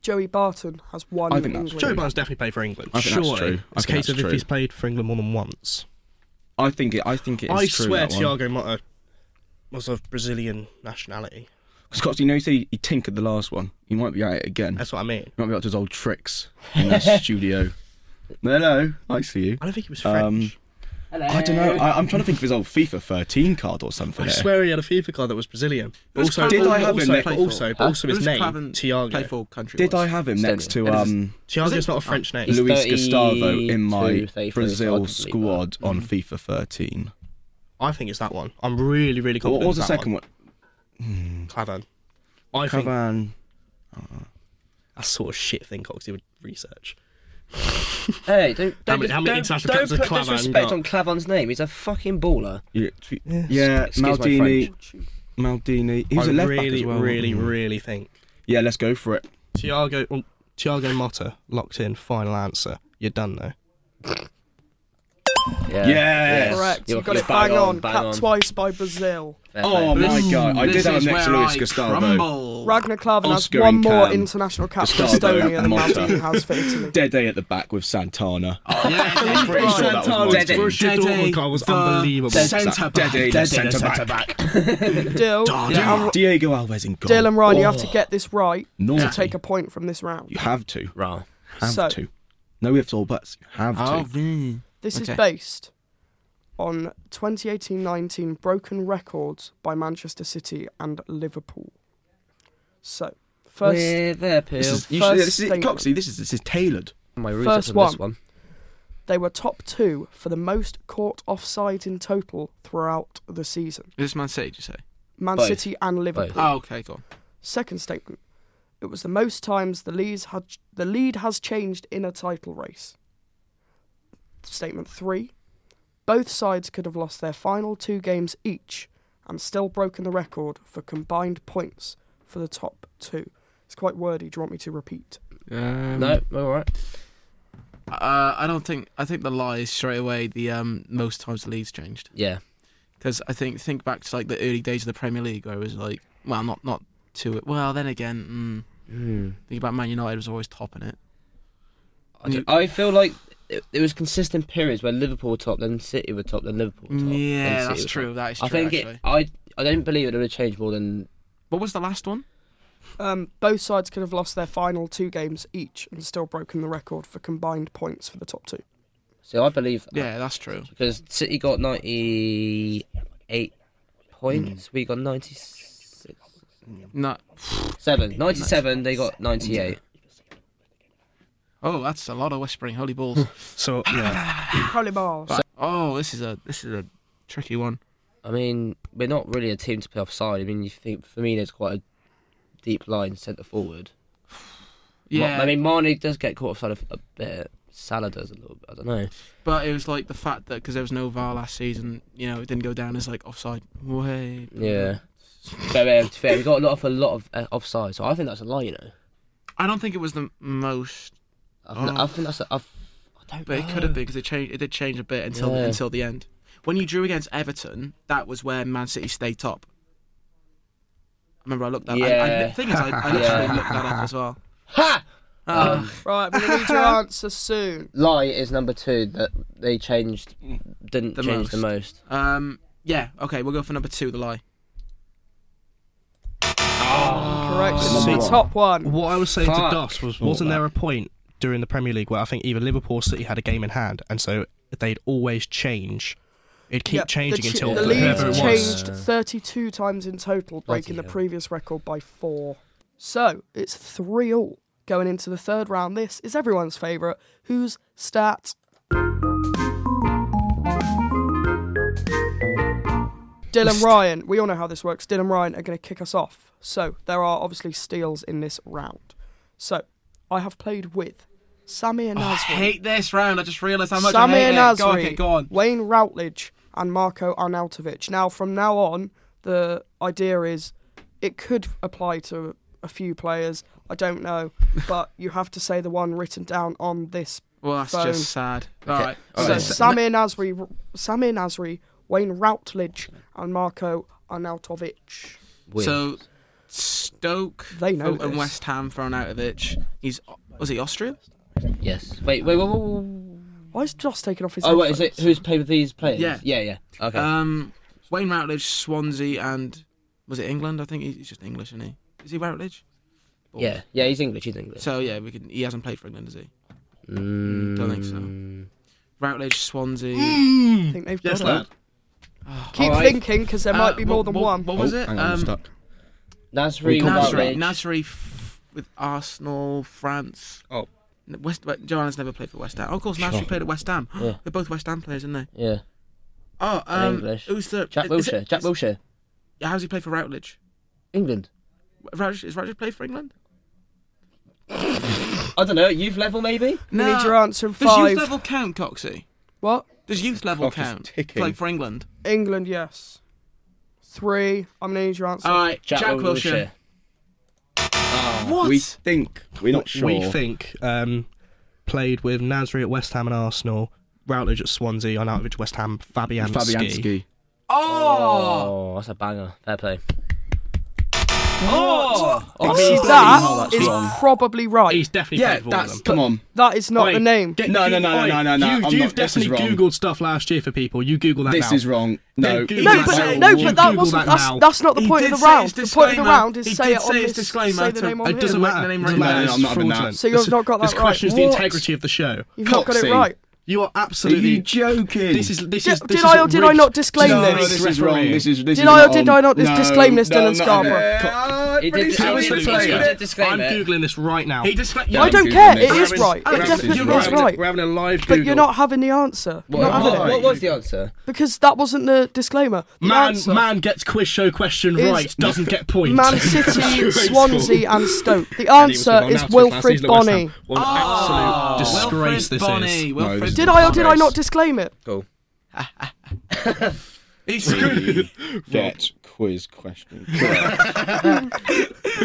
S1: Joey Barton has one.
S5: I think that's
S1: England
S4: Joe Barnes definitely played for England.
S5: I think that's
S4: Surely,
S5: true. I
S4: it's a
S5: think
S4: case
S5: that's
S4: of if
S5: true.
S4: he's played for England more than once.
S5: I think it. I think it is
S4: I
S5: true.
S4: swear
S5: that one.
S4: Thiago Motta was of Brazilian nationality.
S5: Because Cox, you know, he said he, he tinkered the last one. He might be at it again.
S4: That's what I mean.
S5: He might be up to his old tricks in that studio. Hello, I see you.
S4: I don't think he was French.
S5: Um, I don't know. I, I'm trying to think of his old FIFA 13 card or something.
S4: I
S5: there.
S4: swear he had a FIFA card that was Brazilian.
S2: was
S4: Also,
S2: Clavin-
S5: Did I have
S4: also,
S5: him next-
S4: but also, but also
S2: It
S4: his
S2: was
S4: name,
S2: Clavin-
S4: Tiago.
S2: Playful country.
S5: Did
S2: was.
S5: I have him
S6: Stadium.
S5: next to
S2: It is-
S5: um,
S4: Tiago's not a French name.
S6: He's
S5: Luis
S6: 32,
S5: Gustavo in my
S6: 33, I
S5: Brazil
S6: believe
S5: squad on FIFA 13?
S4: I think it's that one. I'm really, really
S5: What
S4: confident.
S5: was the
S4: it's that
S5: second one?
S4: one? Clavin. I think
S5: Cavan.
S4: that's the sort of shit thing Coxie would research.
S6: Hey, don't don't,
S4: many-
S6: just-
S4: how many
S6: don't,
S4: international
S6: don't
S4: caps has
S6: put
S4: Clavan
S6: disrespect
S4: got?
S6: on Clavan's name. He's a fucking baller.
S5: Yeah, t- yeah
S6: excuse my
S5: Maldini. Maldini. He was
S4: I
S5: a left back
S4: Oh, really,
S5: as well.
S4: really,
S5: wasn't he?
S4: really think
S5: Yeah, let's go for it.
S4: Tiago. Well, Tiago Motta locked in. Final answer. You're done though.
S6: Yeah.
S5: Yes.
S1: Correct.
S6: You're-
S1: you got
S6: you're
S1: it bang, on.
S6: bang
S1: Cut
S6: on.
S1: twice by Brazil.
S6: Fair
S5: Oh
S6: play.
S5: my god, I
S2: This
S5: did have him
S2: is
S5: next to
S2: where
S5: Luis
S2: I
S5: Gustavo.
S2: crumble.
S1: Ragnar Klavan has
S5: Oscar
S1: one
S5: and
S1: more
S5: Cam.
S1: international cap for
S5: Gustavo
S1: Estonia than
S5: Mata.
S1: Maldini has for Italy.
S5: Dede at the back with Santana.
S2: Yeah,
S5: pretty sure that was
S6: Santana.
S5: my
S6: Dede.
S5: team.
S4: Borussia Dortmund card was unbelievable.
S2: Centre back.
S5: Dede, the centre back.
S1: Dill, and-
S5: Diego Alves in goal.
S1: Dill and Ryan, you have to get this right
S5: Naughty.
S1: to take a point from this round.
S5: You have to.
S6: Right.
S5: Have
S1: So-
S5: to. No ifs or buts. You have to.
S1: This is
S2: Okay.
S1: based on 2018-19 broken records by Manchester City and Liverpool. So, first,
S6: We're there, Peel.
S5: This is, you
S1: first
S5: should, this is
S1: thing-
S5: Coxie, this is this is tailored.
S6: my roots
S1: first
S6: up on this
S1: one.
S6: one.
S1: they were top two for the most caught offsides in total throughout the season.
S2: This Man City, did you say?
S1: Man
S6: Both.
S1: City and Liverpool.
S2: Oh, okay, go on.
S1: Second statement. It was the most times the leads had the lead has changed in a title race. Statement 3. Both sides could have lost their final two games each and still broken the record for combined points for the top 2. It's quite wordy. Do you want me to repeat?
S2: Um,
S6: No, all right.
S2: Uh, I don't think. I think the lie is straight away the um, most times the league's changed.
S6: Yeah.
S2: Because I think think back to like the early days of the Premier League where it was like, well, not not to Well, then again, mm, think about Man United was always topping it.
S6: I, don't- I feel like it, it was consistent periods where Liverpool were top, then City were top, then Liverpool were top. then
S2: Yeah,
S6: City
S2: that's
S6: were top.
S2: true. That is true.
S6: I think
S2: actually.
S6: it. I I don't believe it would have changed more than
S2: What was the last one?
S1: Um, both sides could have lost their final two games each and still broken the record for combined points for the top 2.
S6: So I believe that.
S2: Yeah, that's true.
S6: because City got 98 points, we got 96.
S2: No.
S6: Seven. 97, they got 98.
S2: Oh, that's a lot of whispering. Holy balls.
S4: So yeah,
S1: Holy balls.
S2: oh, this is a this is a tricky one.
S6: I mean, we're not really a team to play offside. I mean, you think Firmino's quite a deep line centre forward. Ma-
S2: Yeah.
S6: I mean, Marnie does get caught offside a, a bit. Salah does a little bit. I don't know.
S2: But it was like the fact that because there was no VAR last season, you know, it didn't go down as like offside. Way.
S6: Yeah. but uh, to be fair, we got a lot of a lot of uh, offside, so I think that's a lie. You know,
S2: I don't think it was the most,
S6: I think,
S2: Oh.
S6: I think that's a. I've, I don't
S2: but it
S6: know.
S2: could have been because it changed. It did change a bit until
S6: Yeah.
S2: until the end. When you drew against Everton, that was where Man City stayed top. I remember I looked that. I, I,
S6: Yeah.
S2: the thing is, I, I literally
S6: Yeah.
S2: looked that up as well.
S6: Ha!
S2: Ah.
S1: Right, we're going to need your answer soon.
S6: Um, Lie is number two that they changed, didn't
S2: Mm. The
S6: change the
S2: most.
S6: most.
S2: Um, yeah. Okay, we'll go for number two. The lie.
S1: Correct.
S4: Number
S1: it's
S4: one.
S1: the top one.
S4: what I was saying
S6: Fuck.
S4: to Doss was, wasn't there a point during the Premier League where I think either Liverpool or City had a game in hand, and so they'd always change. It'd keep
S1: Yep,
S4: changing
S1: the, ch-
S4: until
S1: the
S4: whoever
S1: lead
S4: it was.
S1: changed 32 times in total, breaking the
S6: hell.
S1: previous record by four. So it's three all going into the third round. This is everyone's favourite. Who's stat? Dylan Ryan. We all know how this works. Dylan Ryan are going to kick us off. So there are obviously steals in this round. So I have played with Samir
S2: I
S1: Nasri.
S2: hate this round. I just realised how much I
S1: Samir
S2: hate
S1: Nasri,
S2: it. Go, okay, go on.
S1: Wayne Routledge, and Marco Arnautovic. Now, from now on, the idea is it could apply to a few players. I don't know, but you have to say the one written down on this.
S2: Well, that's
S1: Phone.
S2: just sad. All right.
S1: So,
S2: All right.
S1: Samir Nasri, Samir Nasri, Wayne Routledge, and Marco Arnautovic.
S6: Weird.
S2: So Stoke
S1: They know
S2: Oh, and
S1: this.
S2: West Ham for Arnautovic. He's was he Austria?
S6: yes. Wait, wait, wait, wait, wait.
S1: Why is Joss taking off his?
S6: Oh wait, is it
S1: headphones?
S6: who's played with these players?
S2: Yeah.
S6: yeah, yeah. Okay.
S2: Um, Wayne Routledge, Swansea, and Was it England? I think he- he's just English, isn't he? Is he Routledge? Or-
S6: Yeah, yeah, he's English. He's English.
S2: So yeah, we can. He hasn't played for England, has he?
S6: Mm.
S2: Don't think so. Routledge, Swansea.
S1: I think they've
S4: Yes,
S1: done
S4: lad.
S1: it. Keep
S6: Alright.
S1: thinking, because there might
S2: Uh,
S1: be
S2: what-
S1: more than
S2: what-
S1: one.
S2: What was
S5: Oh,
S2: it?
S5: Hang on, I'm
S2: Um,
S5: stuck.
S6: Nasri,
S2: Nasri,
S6: Routledge.
S2: Nasri f- with Arsenal, France.
S4: Oh.
S2: N- West, West Joanna's never played for West Ham. Oh, of course, Nasri played at West Ham.
S6: Yeah.
S2: They're both West Ham players, aren't they?
S6: Yeah,
S2: Oh, um,
S6: English.
S2: who's the
S6: Jack
S2: is it-
S6: Wilshere. Jack
S2: is-
S6: Wilshere.
S2: yeah, How's he play for Routledge?
S6: England.
S2: Routledge is Routledge played for England?
S6: I don't know. Youth level, maybe.
S1: We need your answer in
S2: Does
S1: five.
S2: youth level count, Coxie?
S1: What?
S2: Does youth level
S5: Clock is
S2: count?
S5: ticking.
S2: Playing for England.
S1: England, yes. Three. I'm going to need your answer.
S5: Uh,
S2: All right, Jack,
S6: Jack,
S2: Wilshere.
S6: Wilshere.
S2: What?
S5: We think we're not sure.
S4: We think um, played with Nasri at West Ham and Arsenal, Routledge at Swansea, and Arnautovic West Ham, Fabianski.
S5: Fabianski.
S2: oh,
S6: Oh, that's a banger. Fair play.
S1: Oh,
S6: mean,
S1: see,
S6: bloody hell,
S1: that
S6: that's
S1: is
S6: wrong.
S1: probably right.
S4: He's definitely
S5: Yeah,
S4: played for all of
S5: that's
S4: them.
S5: come on.
S1: That is not the name.
S5: Get- No, no, no, no,
S4: Oi,
S5: no, no, no,
S4: You, you've
S5: I'm not. This is
S4: definitely
S5: wrong.
S4: googled stuff last year for people. You Google that
S5: This
S4: now.
S5: is wrong. No,
S4: Google
S1: No,
S4: Google
S1: but
S4: that.
S1: no,
S4: You
S1: but that
S4: Google
S1: wasn't.
S4: that
S1: that's,
S4: now.
S1: that's not the
S2: He
S1: point of
S2: did
S1: the
S2: say
S1: round.
S2: his
S1: The point of the
S2: disclaimer.
S1: round is
S2: He
S1: say
S2: did
S1: it on
S2: say his
S1: this. Say
S2: disclaimer
S1: the
S2: to-
S1: name
S2: it
S1: on
S2: doesn't
S1: here.
S2: matter. the name right
S4: Doesn't matter.
S5: now. No, I'm
S4: It's
S5: not having that.
S4: fraudulent.
S1: So you've
S4: This-
S1: not got that
S4: This questions
S1: right.
S4: the
S1: What?
S4: integrity of the show.
S1: You've not got it
S5: Coxie.
S1: right.
S4: You are
S5: Are you
S4: absolutely.
S5: joking?
S4: This is this
S1: Did-
S4: is. This
S1: did I
S4: is
S1: or did I
S4: rigged-
S1: not disclaim
S5: no,
S1: this?
S5: no, this is wrong. This is this
S1: Did
S5: is
S1: I or
S5: not
S1: did
S5: on.
S1: I not dis-
S5: no,
S1: disclaim this,
S5: no,
S1: Dylan Scarborough?
S5: Scarborough?
S6: It did-
S5: It
S6: it was
S5: was
S6: a
S5: disclaimer.
S4: disclaimer.
S6: Disclaimer.
S4: I'm googling this right now.
S2: he just.
S5: Yeah,
S1: I
S5: I'm
S1: don't
S5: Googling
S1: care.
S5: this.
S1: It is
S5: Alex-
S1: right. It
S5: Alex,
S1: definitely
S2: you're
S1: is
S2: right.
S1: right.
S4: We're having a live Google.
S1: But you're not having the answer.
S6: What,
S1: You're not having
S6: what,
S1: it.
S5: Why?
S6: what was the answer?
S1: Because that wasn't the disclaimer. The
S4: Man,
S1: answer,
S4: man gets quiz show question
S1: Is-
S4: right. Doesn't get points.
S1: Man City, Swansea, and Stoke. The answer is Wilfred Bonny.
S4: What an absolute disgrace
S2: Wilfred
S4: this
S2: Bonny.
S4: is.
S2: Wilfred
S5: this is
S1: Did I or did I
S5: Disgrace.
S1: not disclaim it?
S2: He's screwed.
S5: Get quiz question.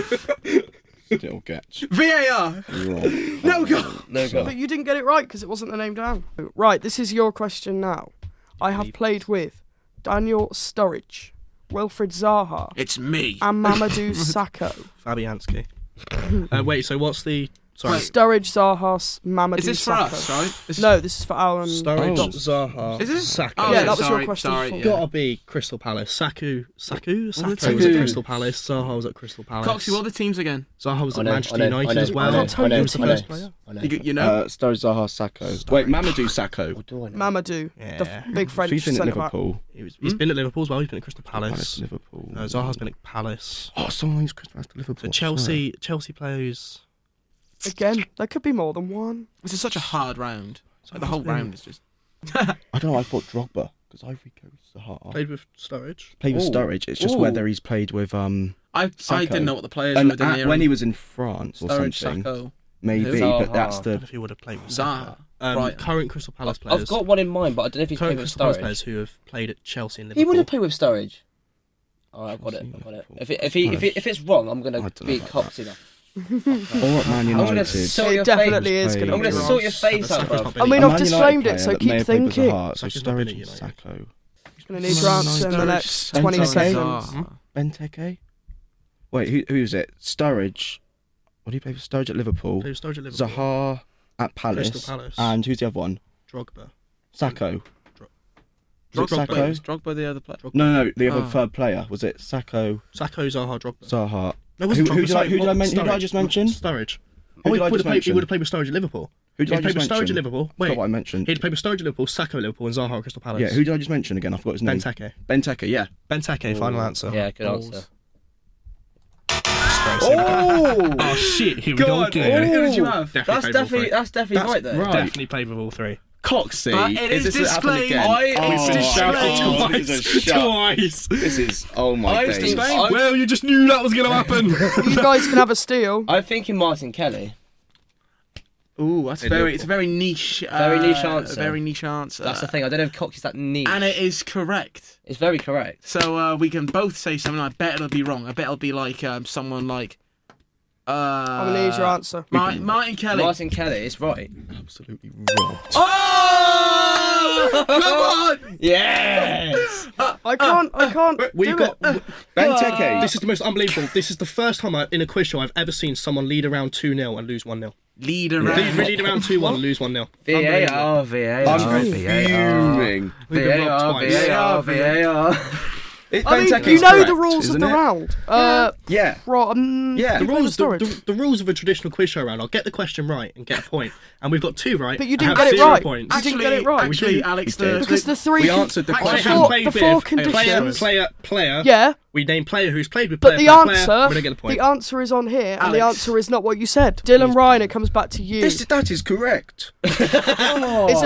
S5: Still get
S2: VAR.
S5: wrong.
S2: No God.
S6: No go.
S1: But you didn't get it right because it wasn't the name down. Right, this is your question now. I have played with Daniel Sturridge, Wilfred Zaha,
S2: It's me.
S1: and Mamadou Sakho.
S4: Fabianski. Uh, wait, so what's the. Sorry.
S2: Wait.
S1: Sturridge, Zaha, S- Mamadou
S2: Is this for
S1: Sakho.
S2: us? Right. This is-
S1: No, this is for Alan.
S4: Sturridge,
S5: Oh.
S4: Zaha,
S2: Is it?
S4: Saka.
S2: Oh,
S1: Yeah,
S2: yeah,
S1: that was your
S2: sorry,
S1: question
S2: sorry,
S1: before.
S2: yeah.
S4: Gotta be Crystal Palace. Saku, Saku, Saku,
S2: Saku.
S4: was at Crystal Palace. Zaha was at Crystal Palace.
S2: Coxie, what are the teams again?
S4: Zaha was
S6: I
S4: at
S6: know,
S4: Manchester
S6: I know, I
S4: United
S6: know,
S4: as well.
S1: I know, I know,
S4: he was the
S1: I know.
S4: first player.
S6: I know.
S2: You, you know.
S5: Uh, Sturridge Zaha Sacco. Wait, Mamadou Sacco.
S6: What do I know?
S1: Mamadou, the
S4: Yeah.
S1: f- big French
S5: She's been at
S1: centre back.
S5: Liverpool.
S4: He was, he's been at Liverpool as well. He's been at Crystal
S5: Palace,
S4: Palace.
S5: Liverpool.
S4: No, Zaha's been at Palace.
S5: Oh, someone who's Crystal Palace to
S4: The
S5: Liverpool.
S4: Chelsea, Chelsea player who's
S1: Again, there could be more than one.
S2: This is such a hard round. Like, the whole round is just.
S5: I don't know. I thought Drogba because Ivory Coast Zaha played,
S4: played with Sturridge.
S5: with
S2: Ooh.
S5: Sturridge. It's just
S2: Ooh.
S5: whether he's played with um
S2: I I
S5: Sacco.
S2: didn't know what the players
S5: and
S2: were. Didn't hear
S5: when he
S2: him.
S5: was in France or
S2: Sturridge,
S5: something.
S2: Sacco, Who?
S5: Maybe, but that's
S6: Zaha.
S4: I don't know
S5: the
S4: if he would have played with
S2: Zaha.
S4: Saka. Um,
S2: right.
S4: Current Crystal Palace players.
S6: I've got one in mind, but I don't know if he's
S4: current
S6: playing with
S4: Crystal Palace players
S6: Sturridge.
S4: who have played at Chelsea and
S6: He
S4: Liverpool.
S6: would have played with Sturridge. Oh, I've got it. I've got it. If it, if he if, it, if it's wrong, I'm
S5: I
S6: gonna
S5: don't know
S6: be
S5: about
S6: cops enough.
S5: or at Man
S6: gonna
S5: United.
S6: sell- Sort
S1: It
S6: your
S1: definitely
S5: face.
S1: is going to
S5: I'm
S1: be
S5: gonna
S1: wrong.
S6: sort your face
S4: Saka's
S6: out, bruv.
S4: not been
S1: I
S4: in
S1: mean,
S5: A
S1: I've
S4: the Prem-
S5: Man United
S1: disclaimed it,
S5: player
S1: so
S5: that may
S1: keep
S5: have played with
S1: thinking.
S5: Zaha, So
S4: Saka's not been at
S5: Sturridge and
S4: United.
S5: Sacco.
S1: Going to need your answer in the
S2: Sturridge,
S1: next
S2: Sacco,
S1: 20
S5: Zaha.
S1: seconds. Hmm?
S2: Zaha.
S5: Benteke. Wait, who who is it? Sturridge. What do you play for Sturridge at Liverpool?
S4: Played with Sturridge at Liverpool.
S5: Zaha at Palace.
S4: Crystal Palace.
S5: And who's the other one?
S4: Drogba.
S5: Sacco. Is it
S2: Drogba,
S5: Sacco?
S2: was Drogba the other player.
S5: No, no, the other
S2: Ah.
S5: third player was it Sacco,
S4: Sacco, Zaha, Drogba.
S5: Zaha.
S4: No, it wasn't Drogba,
S5: Who- who did I-
S4: sorry,
S5: who did I
S4: what-
S5: men- who did I
S4: Sturridge.
S5: just mention?
S4: Sturridge.
S5: Who
S4: oh,
S5: did I
S4: he would
S5: just
S4: have played, he
S5: mention?
S4: would have played with Sturridge at Liverpool.
S5: Who did
S4: He'd
S5: I
S4: played with
S5: just
S4: Sturridge
S5: mention?
S4: at Liverpool.
S5: Forgot
S4: Wait,
S5: what I mentioned.
S4: he'd played with Sturridge at Liverpool, Sacco at Liverpool, and Zaha at Crystal Palace.
S5: Yeah, who did I just mention again? I forgot his name.
S4: Benteke.
S5: Benteke, yeah.
S4: Benteke, final answer.
S6: Yeah, good
S4: Balls.
S6: answer.
S5: Oh,
S4: Oh shit, here we go
S5: God,
S4: again.
S5: oh,
S2: Who did you have?
S4: Definitely
S6: That's
S4: played with all
S6: definitely
S4: three.
S6: that's definitely right there.
S5: right.
S4: Definitely played with all three.
S5: Coxie.
S2: But it is
S5: this happened
S2: displayed.
S5: again?
S2: I- it's
S5: I've been
S2: displayed.
S5: shouted
S2: Oh,
S5: This is a shout.
S4: Oh, Twice.
S5: This is oh my
S6: I was
S5: days.
S6: displayed. I-
S4: Well, you just knew that was going to happen.
S1: You guys can have a steal.
S6: I'm thinking Martin Kelly.
S2: Ooh, that's very. It's a very niche. Uh,
S6: Very niche answer.
S2: Very niche answer.
S6: That's the thing. I don't know if Cox is that neat.
S2: And it is correct.
S6: It's very correct.
S2: So uh, we can both say something. I bet it'll be wrong. I bet it'll be like um, someone like. Uh,
S1: I'm going to need your answer.
S2: Martin, Martin Kelly.
S6: Martin Kelly is right.
S5: Absolutely robbed.
S2: Oh! Come on!
S6: Yes.
S1: I can't, I can't
S4: We've
S1: do
S4: got.
S1: it. Ah.
S5: Benteke.
S4: This is the most unbelievable. This is the first time I, in a quiz show I've ever seen someone lead around 2 0 and lose 1 0.
S2: Lead
S4: Lead,
S2: around.
S4: lead around 2 1 and lose 1 0.
S6: VAR, VAR,
S5: I'm fuming.
S4: We've been robbed twice.
S6: VAR, VAR.
S5: It-
S1: I mean,
S5: Benteke
S1: you
S5: is
S1: know
S5: correct,
S1: the rules of
S5: isn't
S1: the
S5: it?
S1: round. Uh,
S5: Yeah.
S1: pro- um, do
S5: Yeah. The
S4: The
S1: you play with
S4: rules, the,
S1: storage?
S4: the, the rules of a traditional quiz show round. I'll get the question right and get a point, and we've got two right.
S1: But you
S4: and
S1: didn't
S4: have
S1: get it
S4: zero
S1: right.
S4: Points.
S1: You didn't get it right.
S4: We
S2: Actually,
S4: did.
S2: Alex,
S5: We
S2: the,
S5: did.
S1: because the three.
S5: We answered the
S1: the
S5: question.
S1: four,
S4: played
S1: the
S4: with
S1: four
S4: a
S1: conditions.
S4: Player, player, player.
S1: Yeah.
S4: We name player who's played with
S1: But
S4: player.
S1: the
S4: player, Player.
S1: answer,
S4: We don't get the point.
S1: the answer is on here, and the
S2: Alex.
S1: answer is not what you said. Dylan Ryan, it comes back to you.
S5: This that is correct.
S1: is it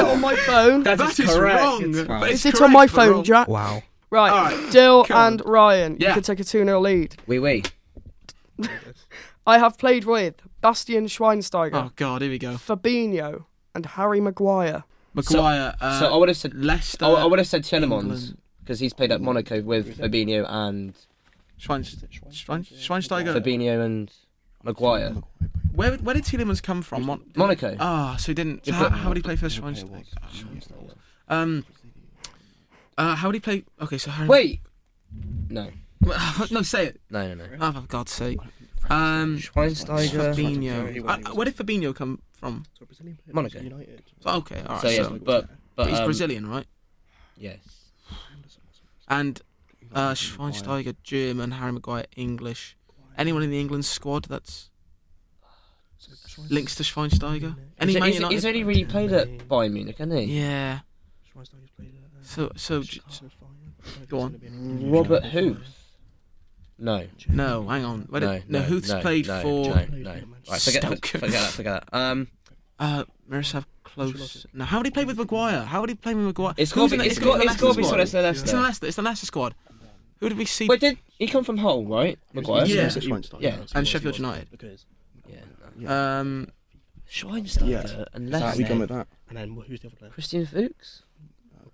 S1: on my phone?
S2: that is wrong. but
S1: is
S2: it's
S1: it on my
S2: correct, but
S1: phone,
S2: wrong.
S1: Jack?
S4: wow.
S1: Right,
S2: Alright,
S1: Dill
S2: come on.
S1: and Ryan, you
S2: Yeah.
S1: can take a 2 0 lead.
S6: Wee wee.
S1: I have played with Bastian Schweinsteiger,
S2: Oh God, here we go.
S1: Fabinho, and Harry Maguire.
S2: Maguire. uh,
S6: so I would have said
S2: Leicester.
S6: I, I would have said Chenemons
S2: England.
S6: because he's played at Monaco with Fabinho and
S2: Schweins- Schwein- Schweinsteiger.
S6: Fabinho and Maguire.
S2: Where, where did Tielemans come from? Mon-
S6: Monaco.
S2: Ah, so he didn't. So
S6: Yeah,
S2: how,
S6: but-
S2: how would he play for Schweinsteiger? Um, uh, how would he play? Okay, so Harry.
S6: Wait. No.
S2: no, say it.
S6: No, no, no.
S2: Oh, for God's sake. Um,
S6: Schweinsteiger.
S2: Fabinho. Uh, where did Fabinho come from?
S6: Monaco.
S2: Okay, all right. So,
S6: So yes, but but
S2: he's
S6: um,
S2: Brazilian, right?
S6: Yes.
S2: And uh, Schweinsteiger, German, Harry Maguire, English. Anyone in the England squad that's links to Schweinsteiger? Any
S6: He's,
S2: Man
S6: he's,
S2: United?
S6: he's only really played at Bayern Munich, hasn't he?
S2: yeah. So so j- j- go on.
S6: Robert Huth. No.
S2: No, hang on. Where
S6: no,
S2: did, no,
S6: no,
S2: Huth's
S6: no,
S2: played
S6: no,
S2: for
S6: No, no. Right, forget, that,
S2: Stoke.
S6: forget that. Forget that. Um,
S2: uh, Miroslav Klose. No, how would he play with Maguire? How would he play with Maguire?
S6: it's
S2: Who's
S6: got to
S2: in
S6: be.
S2: the-
S6: It's
S2: who's in
S6: got.
S2: the
S6: It's got to be
S2: Leicester
S6: Solskjaer
S2: squad? It's the
S6: Leicester.
S2: Leicester. It's the Leicester squad. Who did we see?
S6: Wait, did he come from Hull, right? Maguire.
S2: Yeah.
S6: Yeah.
S2: and Sheffield United.
S6: Yeah. no.
S2: Um,
S6: Schweinsteiger and
S5: How we
S6: Leicester.
S5: gone with that?
S4: And then who's the other player?
S6: Christian Fuchs.
S5: Oh,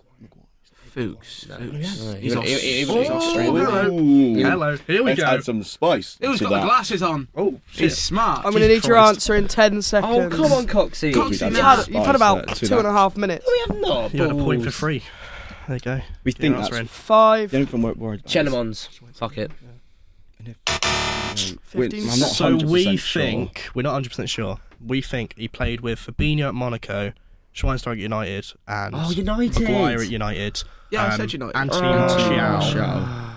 S2: Fuchs. Fuchs.
S6: No,
S2: He's
S6: he-
S2: Aus-
S6: he- he- he was
S2: he's
S6: Australian.
S2: Australian.
S4: Hello. Here we
S5: Let's
S4: go.
S5: add some spice.
S2: Oh, Who's
S5: to
S2: got the
S5: that.
S2: glasses on?
S5: Oh, shit.
S2: He's smart.
S1: I'm going to need your
S4: Christ.
S1: answer in 10
S6: Oh,
S1: seconds.
S6: come on, Coxie.
S2: Coxie.
S5: We've had
S1: You've
S2: Yeah.
S1: had,
S5: some
S1: you've
S5: spice
S1: had about
S5: there to
S1: two and
S5: that.
S1: a half minutes.
S6: We have not.
S4: You got a point for
S6: balls.
S4: free. There you go.
S5: We think
S4: Your answer
S5: that's
S4: in.
S1: Five.
S5: the only thing we're worried about. is-
S6: Chelemons. Fuck it.
S5: Wait,
S1: 15
S5: I'm not
S4: So we
S5: 100% sure.
S4: think we're not 100 percent sure. We think he played with Fabinho at Monaco, Schweinsteiger at United, and
S6: Oh, United.
S4: Maguire at United.
S2: Yeah, I said United.
S4: Anthony Martial.
S5: Martial.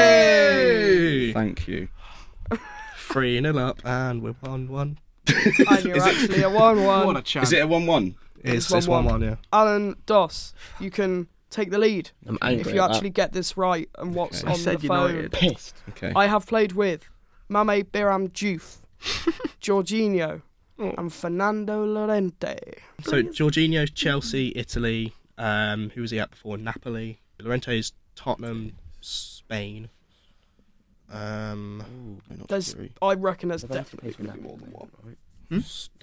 S4: Yay!
S5: Thank you.
S4: Three nil up, and we're one one.
S1: And you're actually a 1
S2: What
S1: 1.
S2: a chance.
S5: Is it a one-one?
S4: It's,
S1: It's
S4: it's one
S1: 1-1.
S4: one. Yeah.
S1: Alan Doss, you can take the lead
S6: I'm angry.
S1: if you
S6: at
S1: actually get this right and what's
S5: Okay.
S2: I
S1: on the
S2: said
S1: phone.
S2: United.
S6: that. pissed.
S5: Okay.
S1: I have played with Mame Biram Diouf, Jorginho, and Fernando Llorente.
S4: So Jorginho's Chelsea, Italy. Um, who was he at before? Napoli. Llorente's Tottenham, Spain. Um,
S1: There's, I reckon there's
S6: Levante
S1: definitely
S6: plays for Napoli.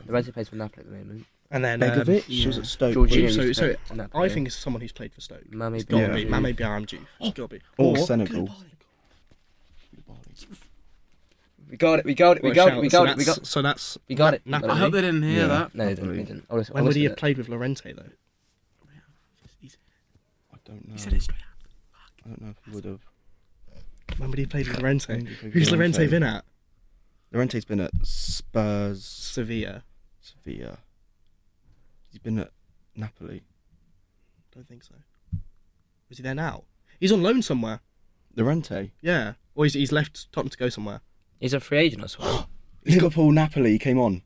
S6: Levante plays for Napoli at the moment.
S4: and then um,
S5: Begovic was at Stoke.
S6: Jorginho used
S4: so-
S6: to
S4: so
S6: play for Napoli.
S4: I think it's someone who's played for Stoke.
S6: Mame
S4: It's gotta
S5: Yeah.
S4: be Mame Biamji. It's gotta be.
S5: Or Senegal.
S6: We got it. We got it. We got it. We got it. We got.
S4: So that's
S6: We got it.
S4: Nap-
S2: I hope they didn't hear
S5: Yeah.
S2: that.
S6: No, they didn't. They didn't. Honestly,
S4: when would
S6: honestly,
S4: he have played with Lorente though?
S5: I don't know.
S2: He said it straight.
S5: I don't know if he would have.
S4: When would he have played with Lorente?
S5: When did he play with
S4: Who's Lorente
S5: Llorente?
S4: been at?
S5: Llorente's been at Spurs,
S4: Sevilla.
S5: Sevilla. He's been at Napoli.
S4: Don't think so. Is he there now? He's on loan somewhere.
S5: Llorente.
S4: Yeah. Or he's, he's left Tottenham to go somewhere.
S6: He's a free agent, I swear.
S5: Liverpool, Napoli. He came on.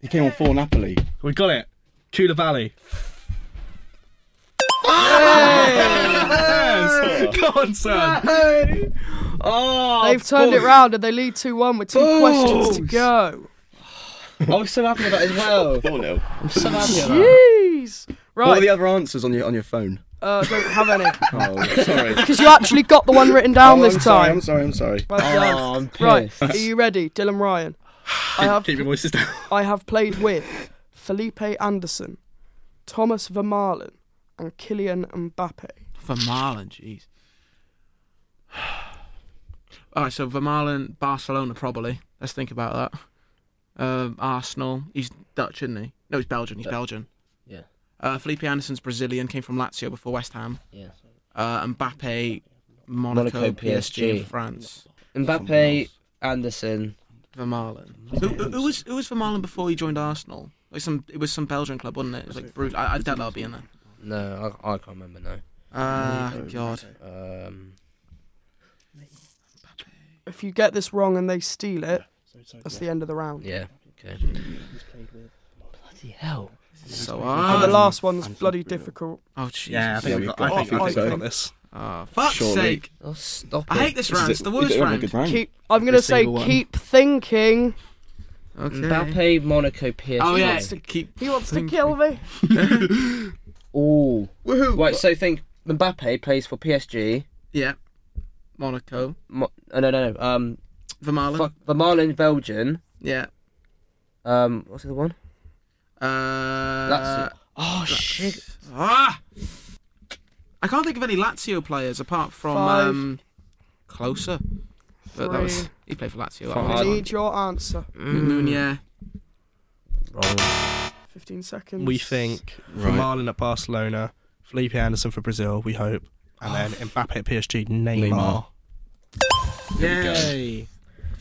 S5: He came on for Napoli.
S4: We got it. Kula Valley. Ah! Yes! Come on, son.
S6: oh,
S1: They've turned it round and they lead 2 1 with two questions to go.
S6: I was so happy about it as well.
S5: Four nil.
S6: I'm so happy about it.
S1: Jeez!
S5: What are the
S1: Right,
S5: other answers on your on your phone?
S1: uh, don't have any.
S5: Oh, sorry.
S1: Because you actually got the one written down
S5: Oh,
S1: this
S5: I'm sorry,
S1: time.
S5: I'm sorry. I'm sorry.
S1: Well done.
S6: Oh, I'm
S1: right,
S6: pissed.
S1: are you ready, Dylan Ryan? I have,
S4: Keep your voices down.
S1: I have played with Felipe Anderson, Thomas Vermaelen, and Kylian Mbappe.
S2: Vermaelen, jeez. All right, so Vermaelen, Barcelona, probably. Let's think about that. Um, Arsenal. He's Dutch, isn't he? No, he's Belgian. He's Belgian.
S6: yeah.
S2: Uh, Felipe Anderson's Brazilian. Came from Lazio before West Ham.
S6: Yeah.
S2: Uh, Mbappe, Monaco,
S6: Monaco,
S2: PSG, and
S6: PSG.
S2: France.
S6: Mbappe, Anderson.
S2: Vermaelen. Who, who, who was who was Vermaelen before he joined Arsenal? Like some, it was some Belgian club, wasn't it? It was like Bruges. I, I doubt that'll be in there.
S6: No, I, I can't remember. No.
S2: Ah, God.
S6: Um,
S1: If you get this wrong and they steal it, that's the end of the round.
S6: yeah. Okay. Bloody hell.
S2: So
S1: And the
S2: hard.
S1: last one's bloody difficult.
S2: Oh, Jesus.
S4: Yeah, I think
S5: Yeah,
S4: we've
S5: we've
S4: got, I
S5: got-
S4: think, I
S1: I
S4: think we've
S1: think-
S4: got this.
S2: Oh, fuck's
S5: Surely.
S2: sake.
S6: Oh, stop
S2: I
S6: it.
S2: hate this round. It's the worst
S5: Good
S2: round.
S5: round.
S1: Keep. I'm gonna
S4: Every
S1: say
S4: single one.
S1: keep thinking.
S2: Okay.
S6: Mbappe, Monaco, PSG.
S2: Oh, yeah.
S1: wants to-
S2: Keep.
S1: He wants to
S2: Think-
S1: kill me.
S6: Ooh.
S2: Woohoo.
S6: Right, so think Mbappe plays for PSG.
S2: Yeah. Monaco.
S6: Mo- oh, no, no, no. Um,
S2: Vermaelen.
S6: fuck, the Marlin Belgian.
S2: Yeah.
S6: Um, what's the other one?
S2: Uh,
S6: Lazio. Oh shit!
S2: Ah! I can't think of any Lazio players apart from
S1: Five.
S2: um, Closer. That, that was,
S1: Three.
S2: he played for Lazio.
S6: Five.
S2: That
S1: I
S2: was
S1: need your answer.
S2: Munia.
S1: 15 seconds.
S4: We think
S5: Right.
S4: Marlin at Barcelona, Felipe Anderson for Brazil, we hope, and then Mbappe at PSG, Neymar.
S5: Neymar.
S2: Yay.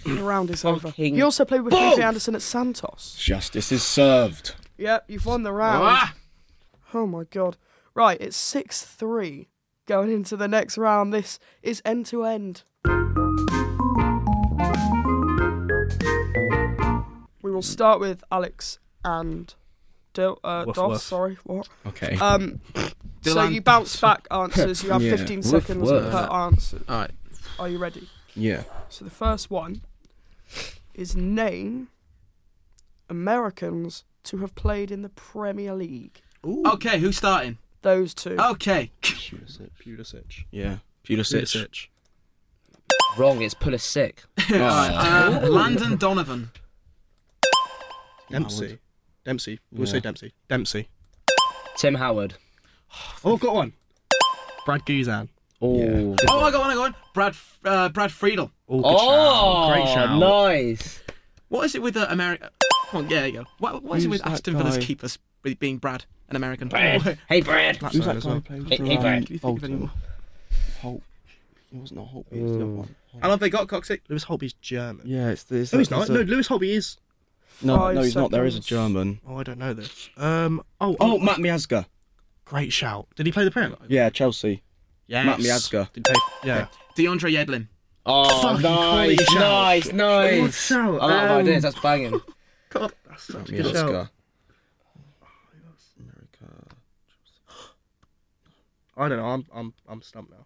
S1: the round is over.
S6: Fucking
S1: He also played with
S6: balls.
S1: Felipe Anderson at Santos.
S5: Justice is served.
S1: Yep, you've won the round.
S2: Ah!
S1: Oh my god. Right, it's 6 3 going into the next round. This is end to end. We will start with Alex and Dil- uh,
S4: Woof
S1: Dos.
S4: woof.
S1: Sorry, what?
S5: Okay.
S1: Um, so
S2: Dylan
S1: you bounce back answers. You have
S5: Yeah.
S1: 15
S5: Woof
S1: seconds
S5: woof.
S1: per answer.
S2: All right.
S1: Are you ready?
S5: Yeah.
S1: So the first one is name Americans to have played in the Premier League.
S2: Okay, who's starting?
S1: Those
S2: Oh,
S1: two.
S2: Okay.
S4: Pulisic.
S5: Yeah. Pulisic.
S4: Pulisic.
S6: wrong. It's Pulisic.
S2: All right. Uh, Landon Donovan.
S4: Dempsey. Dempsey. We'll
S5: Yeah.
S4: say Dempsey. Dempsey.
S6: Tim Howard.
S4: Oh, I've got one. Brad Guzan.
S6: Oh.
S5: Yeah.
S2: Oh, I got one. I got one. Brad, uh, Brad Friedel.
S4: Oh, good
S6: Oh,
S4: shout. Great shout.
S6: nice.
S2: What is it with the American? Come on, yeah, there you go. What, what is it
S5: Who's
S2: with
S5: that
S2: Aston Villa's
S5: guy?
S2: keepers be- being Brad, an American?
S6: Hey, Brad.
S4: That's
S5: Who's
S4: not
S5: that
S4: as
S5: guy
S4: well.
S5: playing
S6: Hey-
S5: for
S6: hey,
S5: um,
S6: Brad.
S5: Bolton? Holt. It was not Holt. It was the other one.
S2: How long have they got, Coxie?
S4: Lewis Holby's German.
S5: Mm. Yeah, it's the. It's
S4: No, he's
S5: it's
S4: not.
S5: a-
S4: No, Lewis Holby is.
S5: no,
S1: Five
S5: no, he's not. There is a
S1: seconds.
S5: German.
S4: Oh, I don't know this. Um. Oh,
S5: Oh, Matt Miazga.
S4: great shout. Did he play the Premier?
S5: Yeah, Chelsea.
S4: Yeah.
S5: Matt Miazga.
S4: Did he play? Yeah.
S2: DeAndre Yedlin.
S6: Oh,
S4: Fucking quality
S6: nice,
S4: shout.
S6: nice,
S4: Good
S6: nice. I
S4: shout.
S6: like that
S4: Um,
S6: ideas. That's banging.
S4: God, that's such a
S5: Matt
S4: good shout.
S5: Miazga. America.
S4: I don't know. I'm I'm I'm stumped now.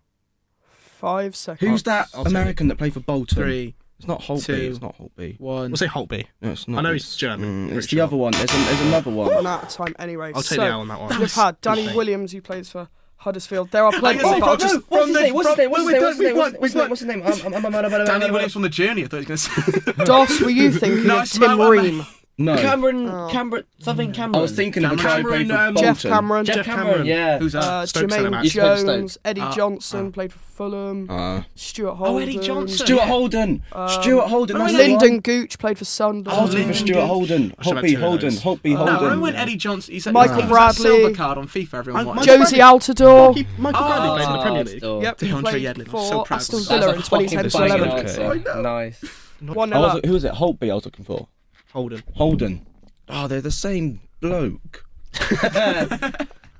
S1: Five seconds.
S5: Who's that
S4: I'll take
S5: American that played for Bolton?
S2: Three,
S5: It's not Holtby.
S2: two,
S5: It's not Holtby.
S2: one.
S4: We'll say Holtby.
S5: No, it's not.
S4: I know
S5: it's,
S4: he's German.
S5: Mm, it's
S4: pretty
S5: the
S4: sure.
S5: other one. There's, an, there's another
S1: One
S5: one.
S1: out of time anyway.
S4: I'll
S1: so,
S4: take the L on that one.
S1: You've had
S4: Good
S1: Danny
S4: thing.
S1: Williams, who plays for Huddersfield. There are
S2: I
S1: plenty.
S2: guess I
S1: but I'll
S2: thought
S1: just
S2: just
S6: What's his name? What's his name? What's his name? What's his
S2: We've
S6: name?
S2: won,
S6: What's
S2: we've
S6: his name?
S2: won.
S6: What's his name? Um, I'm, I'm, I'm, I'm, I'm,
S2: Danny Williams from the journey. I thought he was going to say.
S1: Dos, were you thinking
S2: No,
S1: of
S2: it's
S1: Tim
S2: Matt-
S1: Ream?
S5: No.
S6: Cameron, Cameron, something Cameron.
S5: I was thinking of a guy who
S2: Cameron,
S5: played for
S2: um,
S5: Bolton.
S1: Jeff Cameron,
S6: Jeff,
S4: Jeff
S6: Cameron.
S4: Cameron.
S6: Yeah.
S2: Who's that?
S1: uh,
S4: Stoke
S1: Jermaine
S4: centre back. He's
S6: played for
S1: Jones, Eddie
S2: Ah,
S1: Johnson played for Fulham,
S5: Uh,
S1: Stuart
S2: Oh,
S1: Holden.
S2: Eddie Johnson.
S5: Stuart
S2: Yeah.
S5: Holden. Stuart Holden. that's the
S1: Lyndon
S5: one. Oh,
S1: Gooch played for Sunderland.
S5: Holden for Stuart Holden.
S4: should have
S5: Holtby
S4: two of
S5: Holden.
S4: those.
S5: Holtby
S2: No, I
S5: Holden.
S2: remember when Eddie Johnson. He's like,
S1: Michael
S2: he was that
S1: Bradley.
S2: silver card on FIFA. Everyone
S4: I-
S2: watched.
S4: Joe-
S1: Josie Altador.
S4: Mickey- Michael Bradley played in the Premier League.
S6: Oh,
S1: Yep, he
S2: DeAndre
S1: played
S2: Yedlin, I'm
S1: for
S2: so proud of
S1: Aston
S2: him.
S1: Villa in
S6: That's a fucking
S1: 2010 to
S6: banging
S1: 11.
S5: okay.
S6: answer. Nice.
S1: One
S5: I
S1: nil
S5: was,
S1: up.
S5: who was it? Holtby I was looking for.
S4: Holden.
S5: Holden. Oh, they're the same bloke.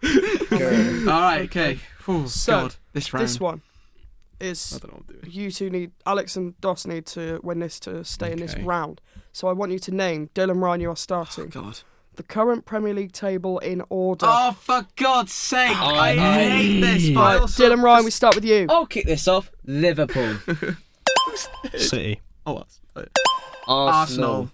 S2: All right, okay. Oh,
S1: So,
S2: God, this round.
S1: This one is
S2: I don't know what I'm doing.
S1: you two need Alex and Dos need to win this to stay in this
S5: Okay. Oh,
S1: round. So I want you to name Dylan Ryan. You are starting
S2: God.
S1: the current Premier League table in order.
S2: Oh, for God's sake! I
S6: no.
S2: hate this. but I
S1: Right,
S2: also-
S1: Dylan Ryan, we start with
S5: Oh.
S1: you.
S6: I'll kick this off. Liverpool,
S4: City.
S2: Oh, that's-
S6: Arsenal.
S2: Arsenal.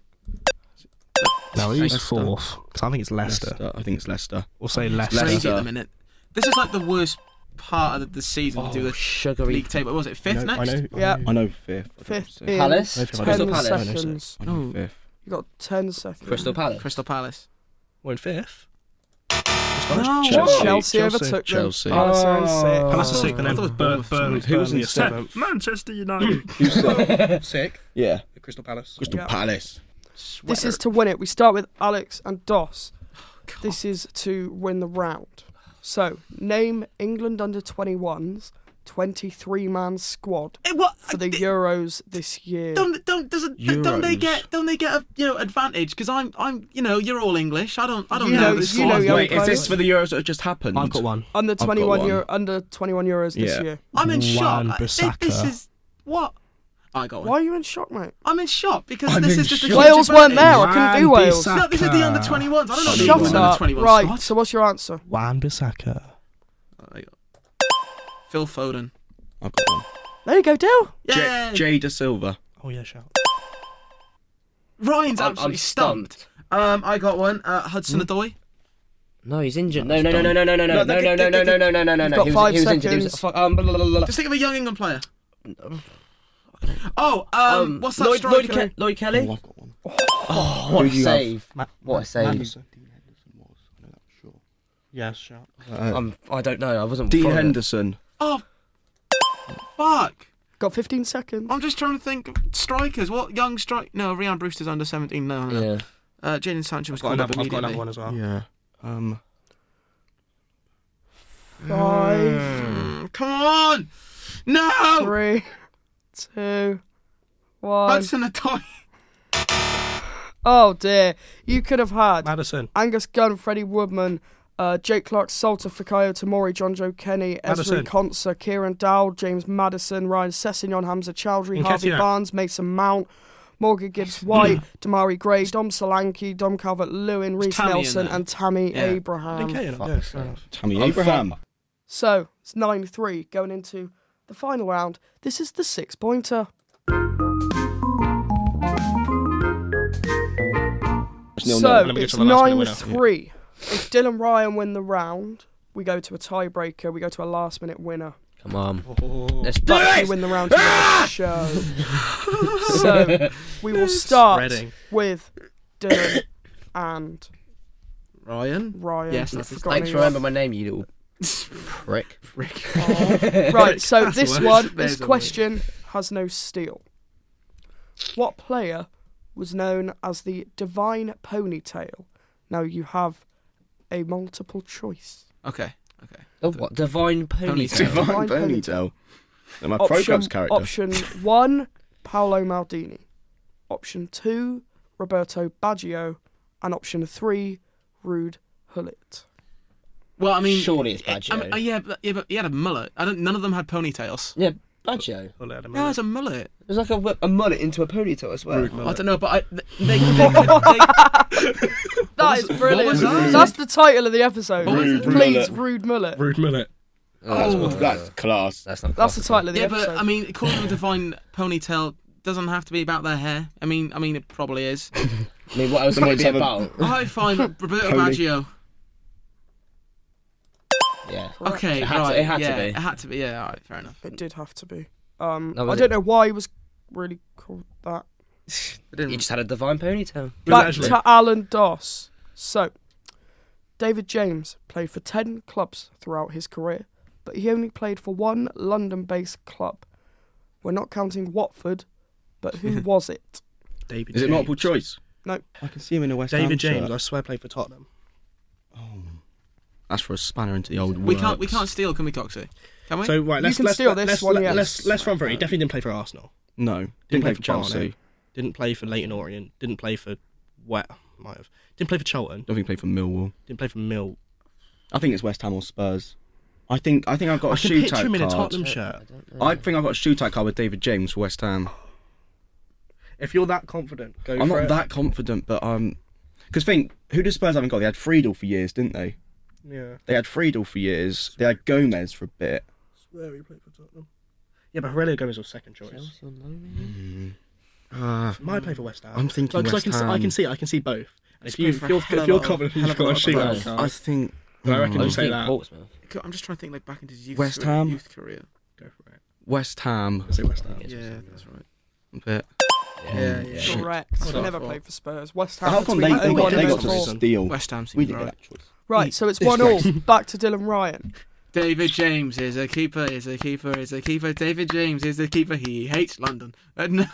S4: No, who's
S5: Leicester.
S4: fourth? Because I think it's Leicester.
S5: Leicester. I think it's Leicester.
S4: We'll say Leicester.
S5: Leicester.
S2: Crazy at the minute. This is like the worst part of the season to do
S6: Oh,
S2: the
S6: sugary.
S2: league table. What was it fifth
S4: I know.
S2: next?
S4: I know.
S1: Yeah.
S5: I know fifth. I don't
S1: Fifth
S5: know
S1: in
S6: Palace?
S4: Crystal
S1: ten
S6: Palace.
S1: seconds.
S5: I know fifth.
S1: You got ten seconds.
S6: Crystal Palace.
S2: Crystal Palace.
S4: We're in fifth.
S2: No.
S1: Chelsea,
S5: Chelsea.
S1: overtook them.
S5: Chelsea.
S1: Palace are in
S6: Oh.
S1: sixth.
S4: Palace are sixth, and
S2: I
S4: then
S2: thought it was
S4: Bur-
S2: Bournemouth.
S4: Burnley.
S5: Who was in
S4: Burnley are
S5: seventh?
S4: seventh. Manchester United.
S5: Who's that?
S4: Sixth.
S5: yeah.
S4: The Crystal Palace.
S5: Crystal
S1: Yeah.
S5: Palace.
S1: This is to win it. We start with Alex and Dos.
S5: Oh,
S1: This is to win the round. So, name England under 21s 23 man squad
S2: Eh, What
S1: for the
S2: I-
S1: Euros this year.
S2: don't don't doesn't don't they
S5: Euros.
S2: get don't they get a you know advantage? Because I'm I'm you know you're all English. I don't I don't
S1: You
S2: know,
S1: know-
S2: this
S1: you know
S2: squad.
S1: young
S5: Wait, is
S1: players.
S5: this for the Euros that have just happened?
S4: I've got one.
S1: Under
S5: got
S1: 21
S5: one.
S1: Euro, under 21 Euros this
S5: Yeah.
S1: year.
S2: I'm in shock.
S4: Juan
S2: I- thi- This
S4: Bissaka.
S2: is what I got. one.
S1: Why are you in shock, mate?
S2: I'm in shock because
S5: I'm
S2: this
S5: in
S2: is just a huge
S5: shock.
S1: Wales weren't there.
S2: advantage.
S1: I couldn't do Wales.
S2: No, this is the under 21s. I don't know.
S5: Shut
S2: the
S5: up.
S2: under
S1: Shut up.
S2: 21
S1: Right.
S2: squad.
S1: So what's your answer?
S4: Wan Bissaka.
S2: Phil Foden.
S5: I've got one.
S1: There you go, Dill.
S2: Yeah.
S5: J- Jay Da Silva.
S4: Oh yeah, shout.
S2: Ryan's
S6: I'm-
S2: absolutely
S6: I'm
S2: stumped. Um, I got one. Uh, Hudson Odoi.
S6: No, he's injured. No, no, no, no, no, no, no, no, no,
S2: they-
S6: no, no,
S2: they-
S6: no, no,
S2: they-
S6: no, no, no, no.
S1: got
S6: He was-
S1: five
S6: he was injured. He was-
S1: seconds.
S6: fuck, um, blah, blah, blah, blah.
S2: Just think of a young England player. Oh, um,
S6: Um,
S2: what's that
S6: Lloyd-
S2: striker?
S6: Lloyd Ke- Lloyd Kelly.
S5: I've got one.
S6: Oh, what a
S5: do you have?
S6: save! What a save!
S4: Yes, shout.
S6: I'm, Um, I don't know. I wasn't.
S5: Dean
S6: following it.
S5: Henderson.
S2: oh, fuck.
S1: Got 15 seconds.
S2: I'm just trying to think of strikers. What young strike? No, Ryan Brewster's under 17. No, no. no.
S6: Yeah.
S2: Uh, Jaden Sancho was
S4: I've got
S2: called up immediately.
S4: another. I've got another one as well.
S5: Yeah. Um.
S1: Five,
S2: Mm, Come on!
S5: Hmm.
S2: No!
S1: three, two, one.
S2: Hudson Odoi.
S1: Oh dear. You could have had
S4: Madison.
S1: Angus Gunn, Freddie Woodman, uh, Jake Clark, Salter, Fakayo Tamori, John Joe Kenny, Ezra
S4: Madison.
S1: Conser, Kieran Dow, James Madison, Ryan Sessignon, Hamza Chowdhury, Harvey
S4: Nketiah.
S1: Barnes, Mason Mount, Morgan Gibbs White, Damari Gray, Dom Solanke, Dom Calvert Lewin, Reese
S2: Tammy in
S1: Nelson,
S2: there.
S1: and Tammy
S2: Yeah.
S1: Abraham.
S4: Okay,
S5: Um, fuck.
S4: yeah, fair enough.
S5: Tammy
S6: Oh,
S5: Abraham.
S1: So it's 9 3 going into the final round. This is the six pointer.
S5: nil-nil.
S1: So
S4: And then we get
S1: it's
S4: to the last minute
S1: nine
S4: winner.
S1: three. If Dylan Ryan win the round, we go to a tiebreaker. We go to a last minute winner.
S6: Come on. Let's do
S1: But if
S6: it.
S1: you win the round, you win
S2: Ah!
S1: the show. so we will start
S4: Spreading.
S1: with Dylan and
S2: Ryan.
S1: Ryan.
S2: Yes,
S1: I've
S2: that's-
S1: forgotten
S6: Thanks
S1: who
S6: for
S1: you are.
S6: remembering my name, you little prick.
S1: Right, so
S2: That's the
S1: this
S2: worst.
S1: one,
S2: There's
S1: this
S2: the
S1: question has no steal. What player was known as the Divine Ponytail? Now you have a multiple choice.
S2: Okay. Okay.
S6: The what? Divine ponytail.
S1: Divine
S5: Divine Ponytail. And my Pro
S1: Option,
S5: Club's character.
S1: option one, Paolo Maldini. Option two, Roberto Baggio. And option three, Rude Hullet.
S2: Well, I mean,
S6: Surely it's
S2: I- I mean,
S6: Baggio.
S2: uh, yeah, but, yeah, but he had a mullet. I don't. None of them had ponytails.
S6: Yeah, Baggio. It
S4: Well, at the
S2: No,
S4: moment.
S2: it's a mullet.
S6: was like a, wi- a mullet into a ponytail as well.
S2: I don't know, but I, th- they, they, could, they,
S1: That is brilliant.
S2: was that?
S1: That's the title of the episode.
S5: Rude
S1: Please,
S5: Mullet.
S1: Rude Mullet. Oh.
S4: Rude Millet.
S5: Oh, That's, what- that's class.
S6: That's not.
S1: That's the
S6: classical.
S1: title of the
S2: yeah,
S1: episode.
S2: but I mean, calling them divine ponytail doesn't have to be about their hair. I mean, I mean, it probably is.
S6: I mean, what else am I
S5: Somebody's
S6: going to
S5: having-
S6: about?
S2: I find Roberto
S5: Pony.
S2: Baggio.
S6: Yeah.
S2: Okay,
S6: It had to-
S2: right.
S6: it had to
S2: yeah,
S6: be.
S2: It had to be. Yeah, all right, fair enough.
S1: It did have to be. Um,
S6: No,
S1: I
S6: was
S1: don't
S6: it-
S1: know why he was really called that.
S2: I
S6: He
S2: didn't.
S6: just had a divine ponytail.
S1: Back
S4: actually-
S1: to Alan Doss. So, David James played for 10 clubs throughout his career, but he only played for one London based club. We're not counting Watford, but who was it?
S4: David.
S5: Is it
S4: James.
S5: multiple choice?
S1: No.
S5: I can see him in a West
S4: David
S5: Ham
S4: James. I
S5: shirt.
S4: swear, played for Tottenham.
S5: That's for a spanner into the old
S2: We can't. We can't steal, can we, Coxie? Can we?
S4: So right, let's
S1: can
S4: let's
S1: steal
S4: let's,
S1: this one,
S4: let-
S1: yes.
S4: let's let's run through. it. He definitely didn't play for Arsenal.
S5: No. Didn't, play for Chelsea.
S4: Barnet. Didn't play for Leighton Orient. Didn't play for Wet. Might have. Didn't play for Cheltenham.
S5: Don't think he played for Millwall.
S4: Didn't play for Mill.
S5: I think it's West Ham or Spurs. I think I think I've got a
S4: I can
S5: shoe
S4: picture
S5: type
S4: him in a
S5: card.
S4: Tottenham shirt.
S5: I think I've got a shoe type card with David James for West Ham.
S4: If you're that confident, go
S5: I'm
S4: for
S5: not
S4: it.
S5: that confident, but um, because think who did Spurs haven't got? They had Friedel for years, didn't they?
S4: Yeah.
S5: They had Friedel for years. They had Gomez for a bit.
S4: Swear he played for Tottenham. Yeah, but Aurelio Gomez was second choice. Might play for West Ham.
S5: I'm thinking
S4: Like, 'cause
S5: West
S4: I can
S5: Ham.
S4: See, I can see. I can see both. And if, you,
S2: played for a
S4: if you're,
S2: hell of
S4: if
S2: a
S4: you're
S2: lot of-
S4: confident,
S2: hell
S4: you've
S2: of a
S4: got a
S2: lot of
S4: shoe on
S6: players.
S5: I think.
S4: I reckon you say that. Go
S6: Portsmouth.
S2: I'm just trying to think like back into his youth.
S5: West
S2: career-
S5: Ham.
S2: Youth career.
S4: for it.
S5: West Ham.
S4: Say West Ham.
S2: Yeah, that's right.
S5: A bit.
S2: Yeah, yeah.
S1: Correct. He
S2: Shit.
S1: never played for Spurs. West Ham.
S5: How come they,
S1: between
S5: they,
S1: 01
S5: got, they
S1: and
S5: got
S4: for
S5: to
S1: 04.
S4: reason.
S5: steal?
S2: West Ham seems
S5: We didn't
S2: right.
S5: get that choice.
S1: Right, so it's 1 all. Back to Dylan Ryan.
S2: David James is a keeper, is a keeper, is a keeper. David James is a keeper. He hates London. Uh, no.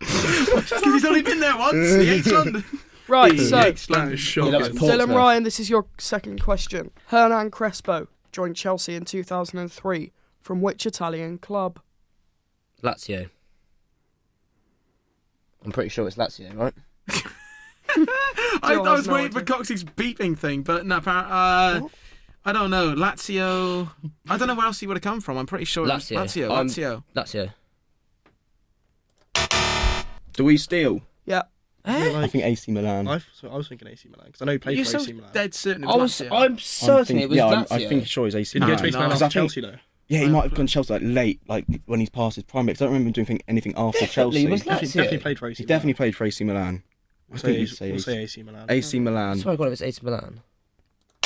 S2: Because he's only been there once. He hates London.
S1: Right,
S2: He
S1: so
S2: hates London.
S6: Yeah, that was
S5: Portsmouth.
S1: Dylan Ryan, this is your second question. Hernan Crespo joined Chelsea in 2003 from which Italian club?
S6: Lazio. I'm pretty sure it's Lazio, right?
S2: I,
S1: Still
S2: I
S1: has
S2: was
S1: no
S2: waiting for
S1: idea.
S2: Coxie's beeping thing, but no, appar- uh, I don't know. Lazio. I don't know where else he would have come from. I'm pretty sure
S6: Lazio.
S2: it was Lazio.
S6: Um,
S2: Lazio.
S6: Lazio.
S5: Do we steal?
S1: Yeah,
S5: I think AC Milan.
S4: I, so I was thinking AC Milan because I know he played
S2: You're
S4: for
S2: so
S4: AC Milan.
S2: dead certain it
S6: I was.
S2: was Lazio.
S6: I'm certain
S5: think-
S6: it was
S5: yeah,
S6: Lazio.
S5: I'm- I think sure it's AC
S4: Did he
S5: Milan.
S4: go to AC Milan
S5: Because
S4: after
S5: I think-
S4: Chelsea though?
S5: Yeah, he might have gone to Chelsea like late, like when he's past his prime. Because I don't remember him doing anything- anything after
S6: Definitely,
S5: Chelsea.
S6: was that-
S4: He
S6: Lazio.
S4: definitely played for AC.
S5: He definitely played for AC Milan. I think
S4: Milan.
S5: you'd
S4: We'll
S5: say
S4: say, we'll say
S5: AC,
S4: AC Milan.
S5: Milan.
S6: Sorry, God, it was AC Milan.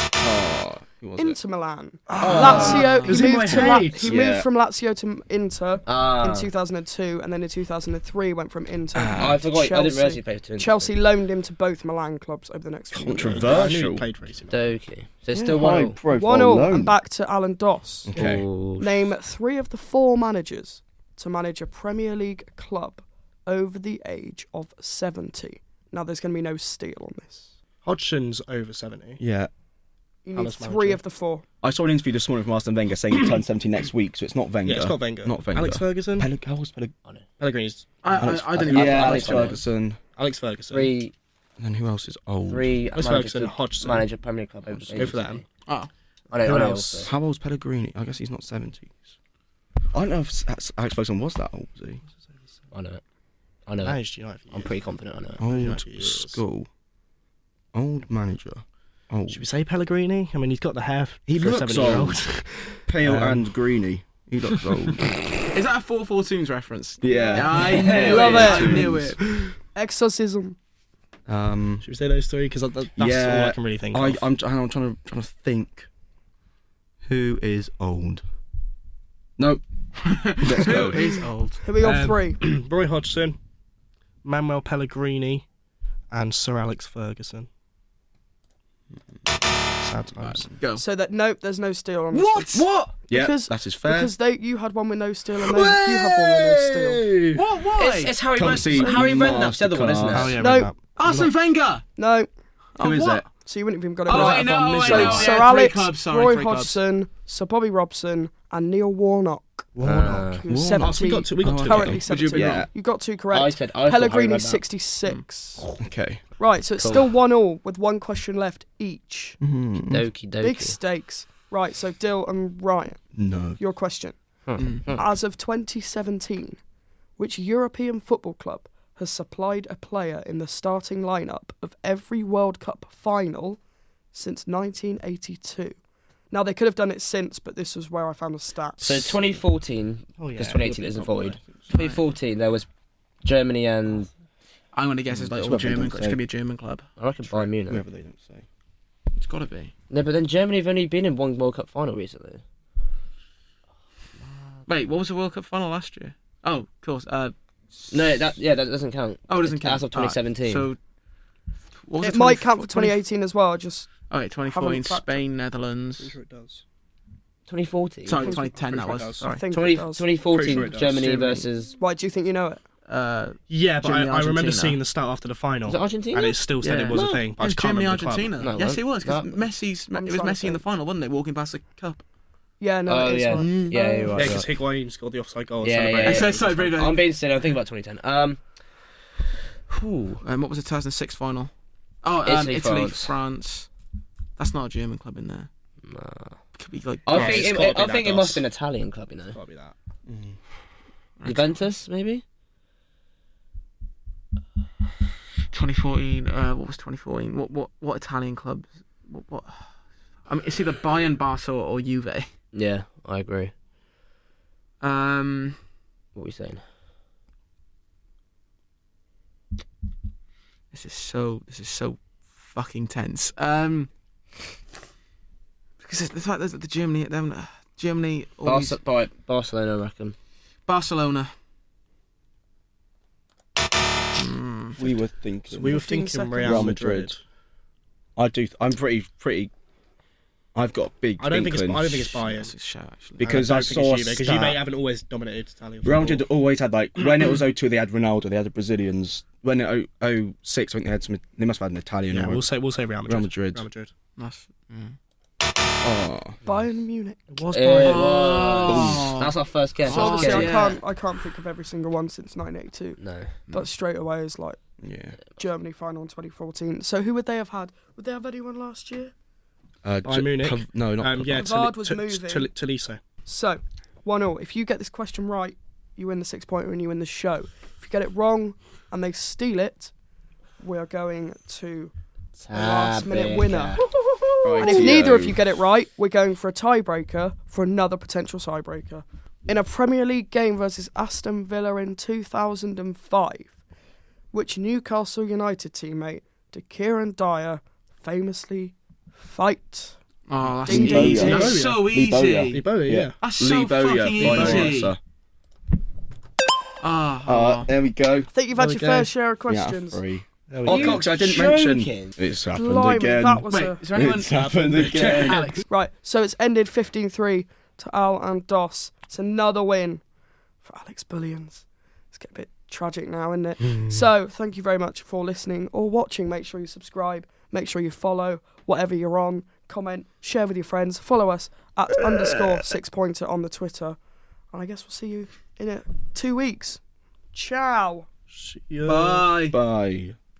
S5: Oh, who was it?
S1: Inter Milan.
S6: Ah.
S1: Lazio.
S4: was
S1: He,
S4: in my
S1: moved, to La-
S4: head.
S1: he
S5: Yeah.
S1: moved from Lazio to M- Inter
S6: Ah,
S1: in 2002, and then in 2003 went from Inter.
S6: I
S1: to
S6: forgot. I didn't realise
S1: Chelsea.
S6: he played for Inter.
S1: Chelsea loaned him to both Milan clubs over the next. few years.
S4: I knew
S5: Controversial.
S4: he played for AC Milan.
S6: Okay, so it's still one.
S1: One all and back to Alan Doss.
S5: Okay.
S1: Name three of the four managers to manage a Premier League club over the age of 70. Now, there's going to be no steal on this.
S4: Hodgson's over seventy.
S5: Yeah.
S1: You need
S4: Palace
S1: three
S4: manager.
S1: of the four.
S5: I saw an interview this morning from Arsene Wenger saying he turns 70 next week, so it's not Wenger.
S4: Yeah, it's not Wenger.
S5: Not Wenger.
S4: Alex Ferguson.
S5: Pelleg- how old's Pelleg-
S4: Pellegrini's
S2: I, I, I didn't.
S5: Yeah,
S2: I- I-
S5: Alex
S2: I-
S5: Ferguson.
S4: Alex Ferguson.
S6: Three,
S5: And then who else is old?
S6: three.
S4: Alex
S6: managers to
S4: Ferguson, Hodgson.
S6: Manager Premier League club. over the
S4: Go
S6: age
S4: for
S6: of
S4: that.
S6: 60.
S2: Oh.
S6: I know.
S4: Who
S6: I know.
S4: else?
S6: also.
S5: How old's Pellegrini? I guess he's not 70s. I don't know if S- S- Alex Ferguson was that old, was he?
S6: I know it. I know. it.
S4: Managed United.
S6: I'm pretty confident. I know. it.
S5: Old
S4: he is.
S5: school. Old manager. Oh. Old.
S4: Should we say Pellegrini? I mean, he's got the hair.
S5: He
S4: for
S5: looks
S4: a 70-year-old.
S5: Pale
S4: Um,
S5: and greeny. He looks old.
S2: Is that a 4 4 Toons reference?
S5: Yeah.
S2: I knew
S1: Love
S2: it. I
S1: it.
S2: knew it.
S1: Exorcism.
S5: um,
S4: Should we say those three? Because that's all I can really think
S5: I,
S4: of.
S5: I'm, I'm trying to trying to think. Who is old? Nope. Let's go.
S2: Who is old?
S1: Here we got
S4: Um,
S1: three.
S4: Roy Hodgson, Manuel Pellegrini, and Sir Alex Ferguson. Sad times.
S2: Go.
S1: So that nope, there's no steal on this. one.
S2: What? What?
S5: Yeah,
S1: Because-
S5: that is fair.
S1: Because they, you had one with no steal, and they, you have one with no steal.
S2: What? Why?
S6: It's, it's Harry
S5: Come
S6: Redknapp.
S5: see
S6: Harry Redknapp's the other one, isn't it?
S5: Masterclass.
S4: Oh yeah,
S1: No.
S4: no.
S2: Arsene Wenger.
S1: No,
S5: Who is
S2: what?
S5: it?
S1: so you wouldn't have even got it
S2: Oh, I
S1: right.
S2: know. I
S1: So
S2: know. Yeah,
S1: Sir
S2: three
S1: Alex,
S2: clubs, sorry,
S1: Roy
S2: three clubs.
S1: Hodgson, Sir Bobby Robson, and Neil Warnock.
S5: Warnock.
S1: Who was
S5: Warnock.
S4: Oh, so
S1: 70,
S4: we got two. We got
S5: Oh,
S4: two.
S5: okay.
S1: currently
S5: Would
S1: 70.
S5: you be wrong?
S1: You got two correct.
S6: I said. I
S1: Pellegrini
S6: thought Harry Redknapp.
S1: 66.
S4: Mm.
S5: Okay.
S1: Right, so it's still one all with one question left each.
S6: Doki doki.
S1: Big stakes. Right, so Dill and Ryan,
S5: No.
S1: your question.
S6: Hmm.
S1: As of 2017, which European football club has supplied a player in the starting lineup of every World Cup final since 1982? Now they could have done it since, but this was where I found the stats.
S6: So 2014, because
S4: Oh, yeah.
S6: 2018 isn't void. 2014, there was Germany and
S2: I'm gonna guess it's like all
S5: what Wenger
S2: German. It's
S5: said.
S2: gonna be a German club.
S6: I reckon Bayern Munich.
S5: Whoever they don't say.
S2: It's gotta be.
S6: No, but then Germany have only been in one World Cup final recently.
S2: Wait, what was the World Cup final last year? Oh, of course. Uh,
S6: No, that yeah, that doesn't count.
S2: oh, it doesn't
S6: It's
S2: count.
S6: As of
S2: Alright,
S6: 2017.
S2: So, what was
S1: it might
S2: 20
S1: count for
S2: 20
S1: 2018 as well. Just
S2: Oh, wait, 2014,
S1: Haven't factored.
S2: Spain, Netherlands.
S4: Sure it does.
S6: 2014.
S2: Sorry, 2010 that
S4: sure it
S2: was.
S4: does.
S1: I
S2: Sorry.
S1: think
S6: 20,
S1: it does.
S6: 2014,
S4: Pretty sure it does.
S6: Germany
S2: Germany.
S6: versus
S1: Why do you think you know it?
S2: Uh,
S4: Yeah, but I,
S2: Germany,
S4: I remember
S2: Argentina.
S4: seeing the start after the final,
S6: was it Argentina?
S4: and it still said
S2: yeah.
S4: it was a thing. But I
S2: It's
S4: just can't
S2: Germany,
S4: remember the club.
S2: Argentina.
S6: No,
S2: yes,
S6: that-
S2: it was because
S6: that-
S2: Messi's.
S1: I'm
S2: It was
S1: trying to
S2: Messi in the
S1: think.
S2: final, wasn't it? Walking past the cup.
S1: Yeah, no,
S6: Oh
S1: it is
S6: yeah,
S1: right.
S6: yeah, you're
S1: Oh.
S4: Yeah,
S6: right.
S4: because Higuain scored the offside goal.
S6: Yeah, yeah,
S4: and
S6: yeah.
S4: celebrated.
S2: so, sorry, very
S6: I'm
S2: good.
S6: being silly. I'm thinking about 2010. Um, whew.
S2: Um, what was the 2006 final? Oh, um,
S6: Italy,
S2: Italy,
S6: France.
S2: France. That's not a German club in there. Could be like.
S6: I
S4: Yeah,
S6: think
S4: it's
S6: it,
S4: gotta be
S6: I
S4: that
S6: think it
S4: does.
S6: must have been Italian club, you know.
S4: Gotta be that.
S6: Juventus maybe.
S2: 2014. Uh, what was 2014? What what what Italian clubs? What, what? I mean, it's either Bayern, Barca, or Juve.
S6: Yeah, I agree.
S2: Um,
S6: What were you saying?
S2: this is so this is so fucking tense. Um, because it's- the fact that the Germany, them, uh, Germany, always,
S6: Barca, by Barcelona, I reckon.
S2: Barcelona.
S5: We were thinking.
S4: So we
S1: 15
S4: were thinking
S1: seconds.
S4: Real
S5: Real
S4: Madrid.
S5: Madrid. I do. I'm pretty. Pretty. I've got a big.
S4: I don't think it's. I
S5: inkling.
S4: don't think it's biased.
S2: That's a shout, actually.
S5: because
S4: I,
S5: I,
S4: don't think
S5: saw
S4: it's Juve,
S5: a
S4: because
S5: stat.
S4: Juve haven't always dominated Italian
S5: Real
S4: football.
S5: Madrid always had like when it was 02 they had Ronaldo, they had the Brazilians. When it oh, 06 I think they had some. They must have had an Italian.
S4: Yeah,
S5: or
S4: we'll say we'll say Real Madrid.
S5: Real Madrid. Ah,
S4: Real Madrid.
S2: That's- mm.
S1: Bayern Munich.
S4: It was
S6: It
S4: Bayern.
S2: Oh.
S6: was. Uh, That's our first game.
S1: So obviously I
S2: yeah.
S1: can't I can't think of every single one since 1982.
S6: No.
S1: But straight away is like
S5: Yeah.
S1: Germany final in 2014. So who would they have had? Would they have anyone last year?
S5: Uh,
S4: Bayern
S5: J-
S4: Munich.
S5: Pav- no, not.
S4: Um,
S5: Pav-
S4: yeah,
S1: Pavard
S4: Tali-
S1: was
S4: T-
S1: moving.
S4: Tali- Tolisso.
S1: So, one all. If you get this question right, you win the six pointer and you win the show. If you get it wrong and they steal it, we are going to a last minute winner.
S5: Right,
S1: And if
S5: yeah.
S1: neither of you get it right, we're going for a tiebreaker for another potential tiebreaker. In a Premier League game versus Aston Villa in 2005, which Newcastle United teammate did Kieran Dyer famously fight?
S2: Oh, that's
S1: Ding, ding,
S2: easy.
S1: ding.
S2: That's so easy.
S4: Ibola, yeah.
S2: That's
S5: Lee
S2: so
S5: Bowyer,
S2: fucking
S5: final
S2: easy.
S5: answer.
S2: Ah,
S5: Uh, there we go.
S1: I think you've had
S4: There
S1: your
S4: we
S1: fair
S4: go.
S1: share of questions.
S5: Yeah, three.
S4: There we
S5: Oh,
S4: go.
S5: Cox, I didn't mention.
S6: joking?
S5: It's happened
S1: Blimey,
S5: again.
S1: that was
S2: wait,
S1: a
S2: is there anyone?
S5: It's happened again.
S2: Alex,
S1: Right, so it's ended 15 3 to Al and Dos. It's another win for Alex Bullions. It's getting a bit tragic now, isn't it? so, thank you very much for listening or watching. Make sure you subscribe, make sure you follow whatever you're on, comment, share with your friends, follow us at underscore six pointer on the Twitter. And I guess we'll see you in uh, two weeks. Ciao.
S4: Yeah.
S2: bye.
S5: Bye.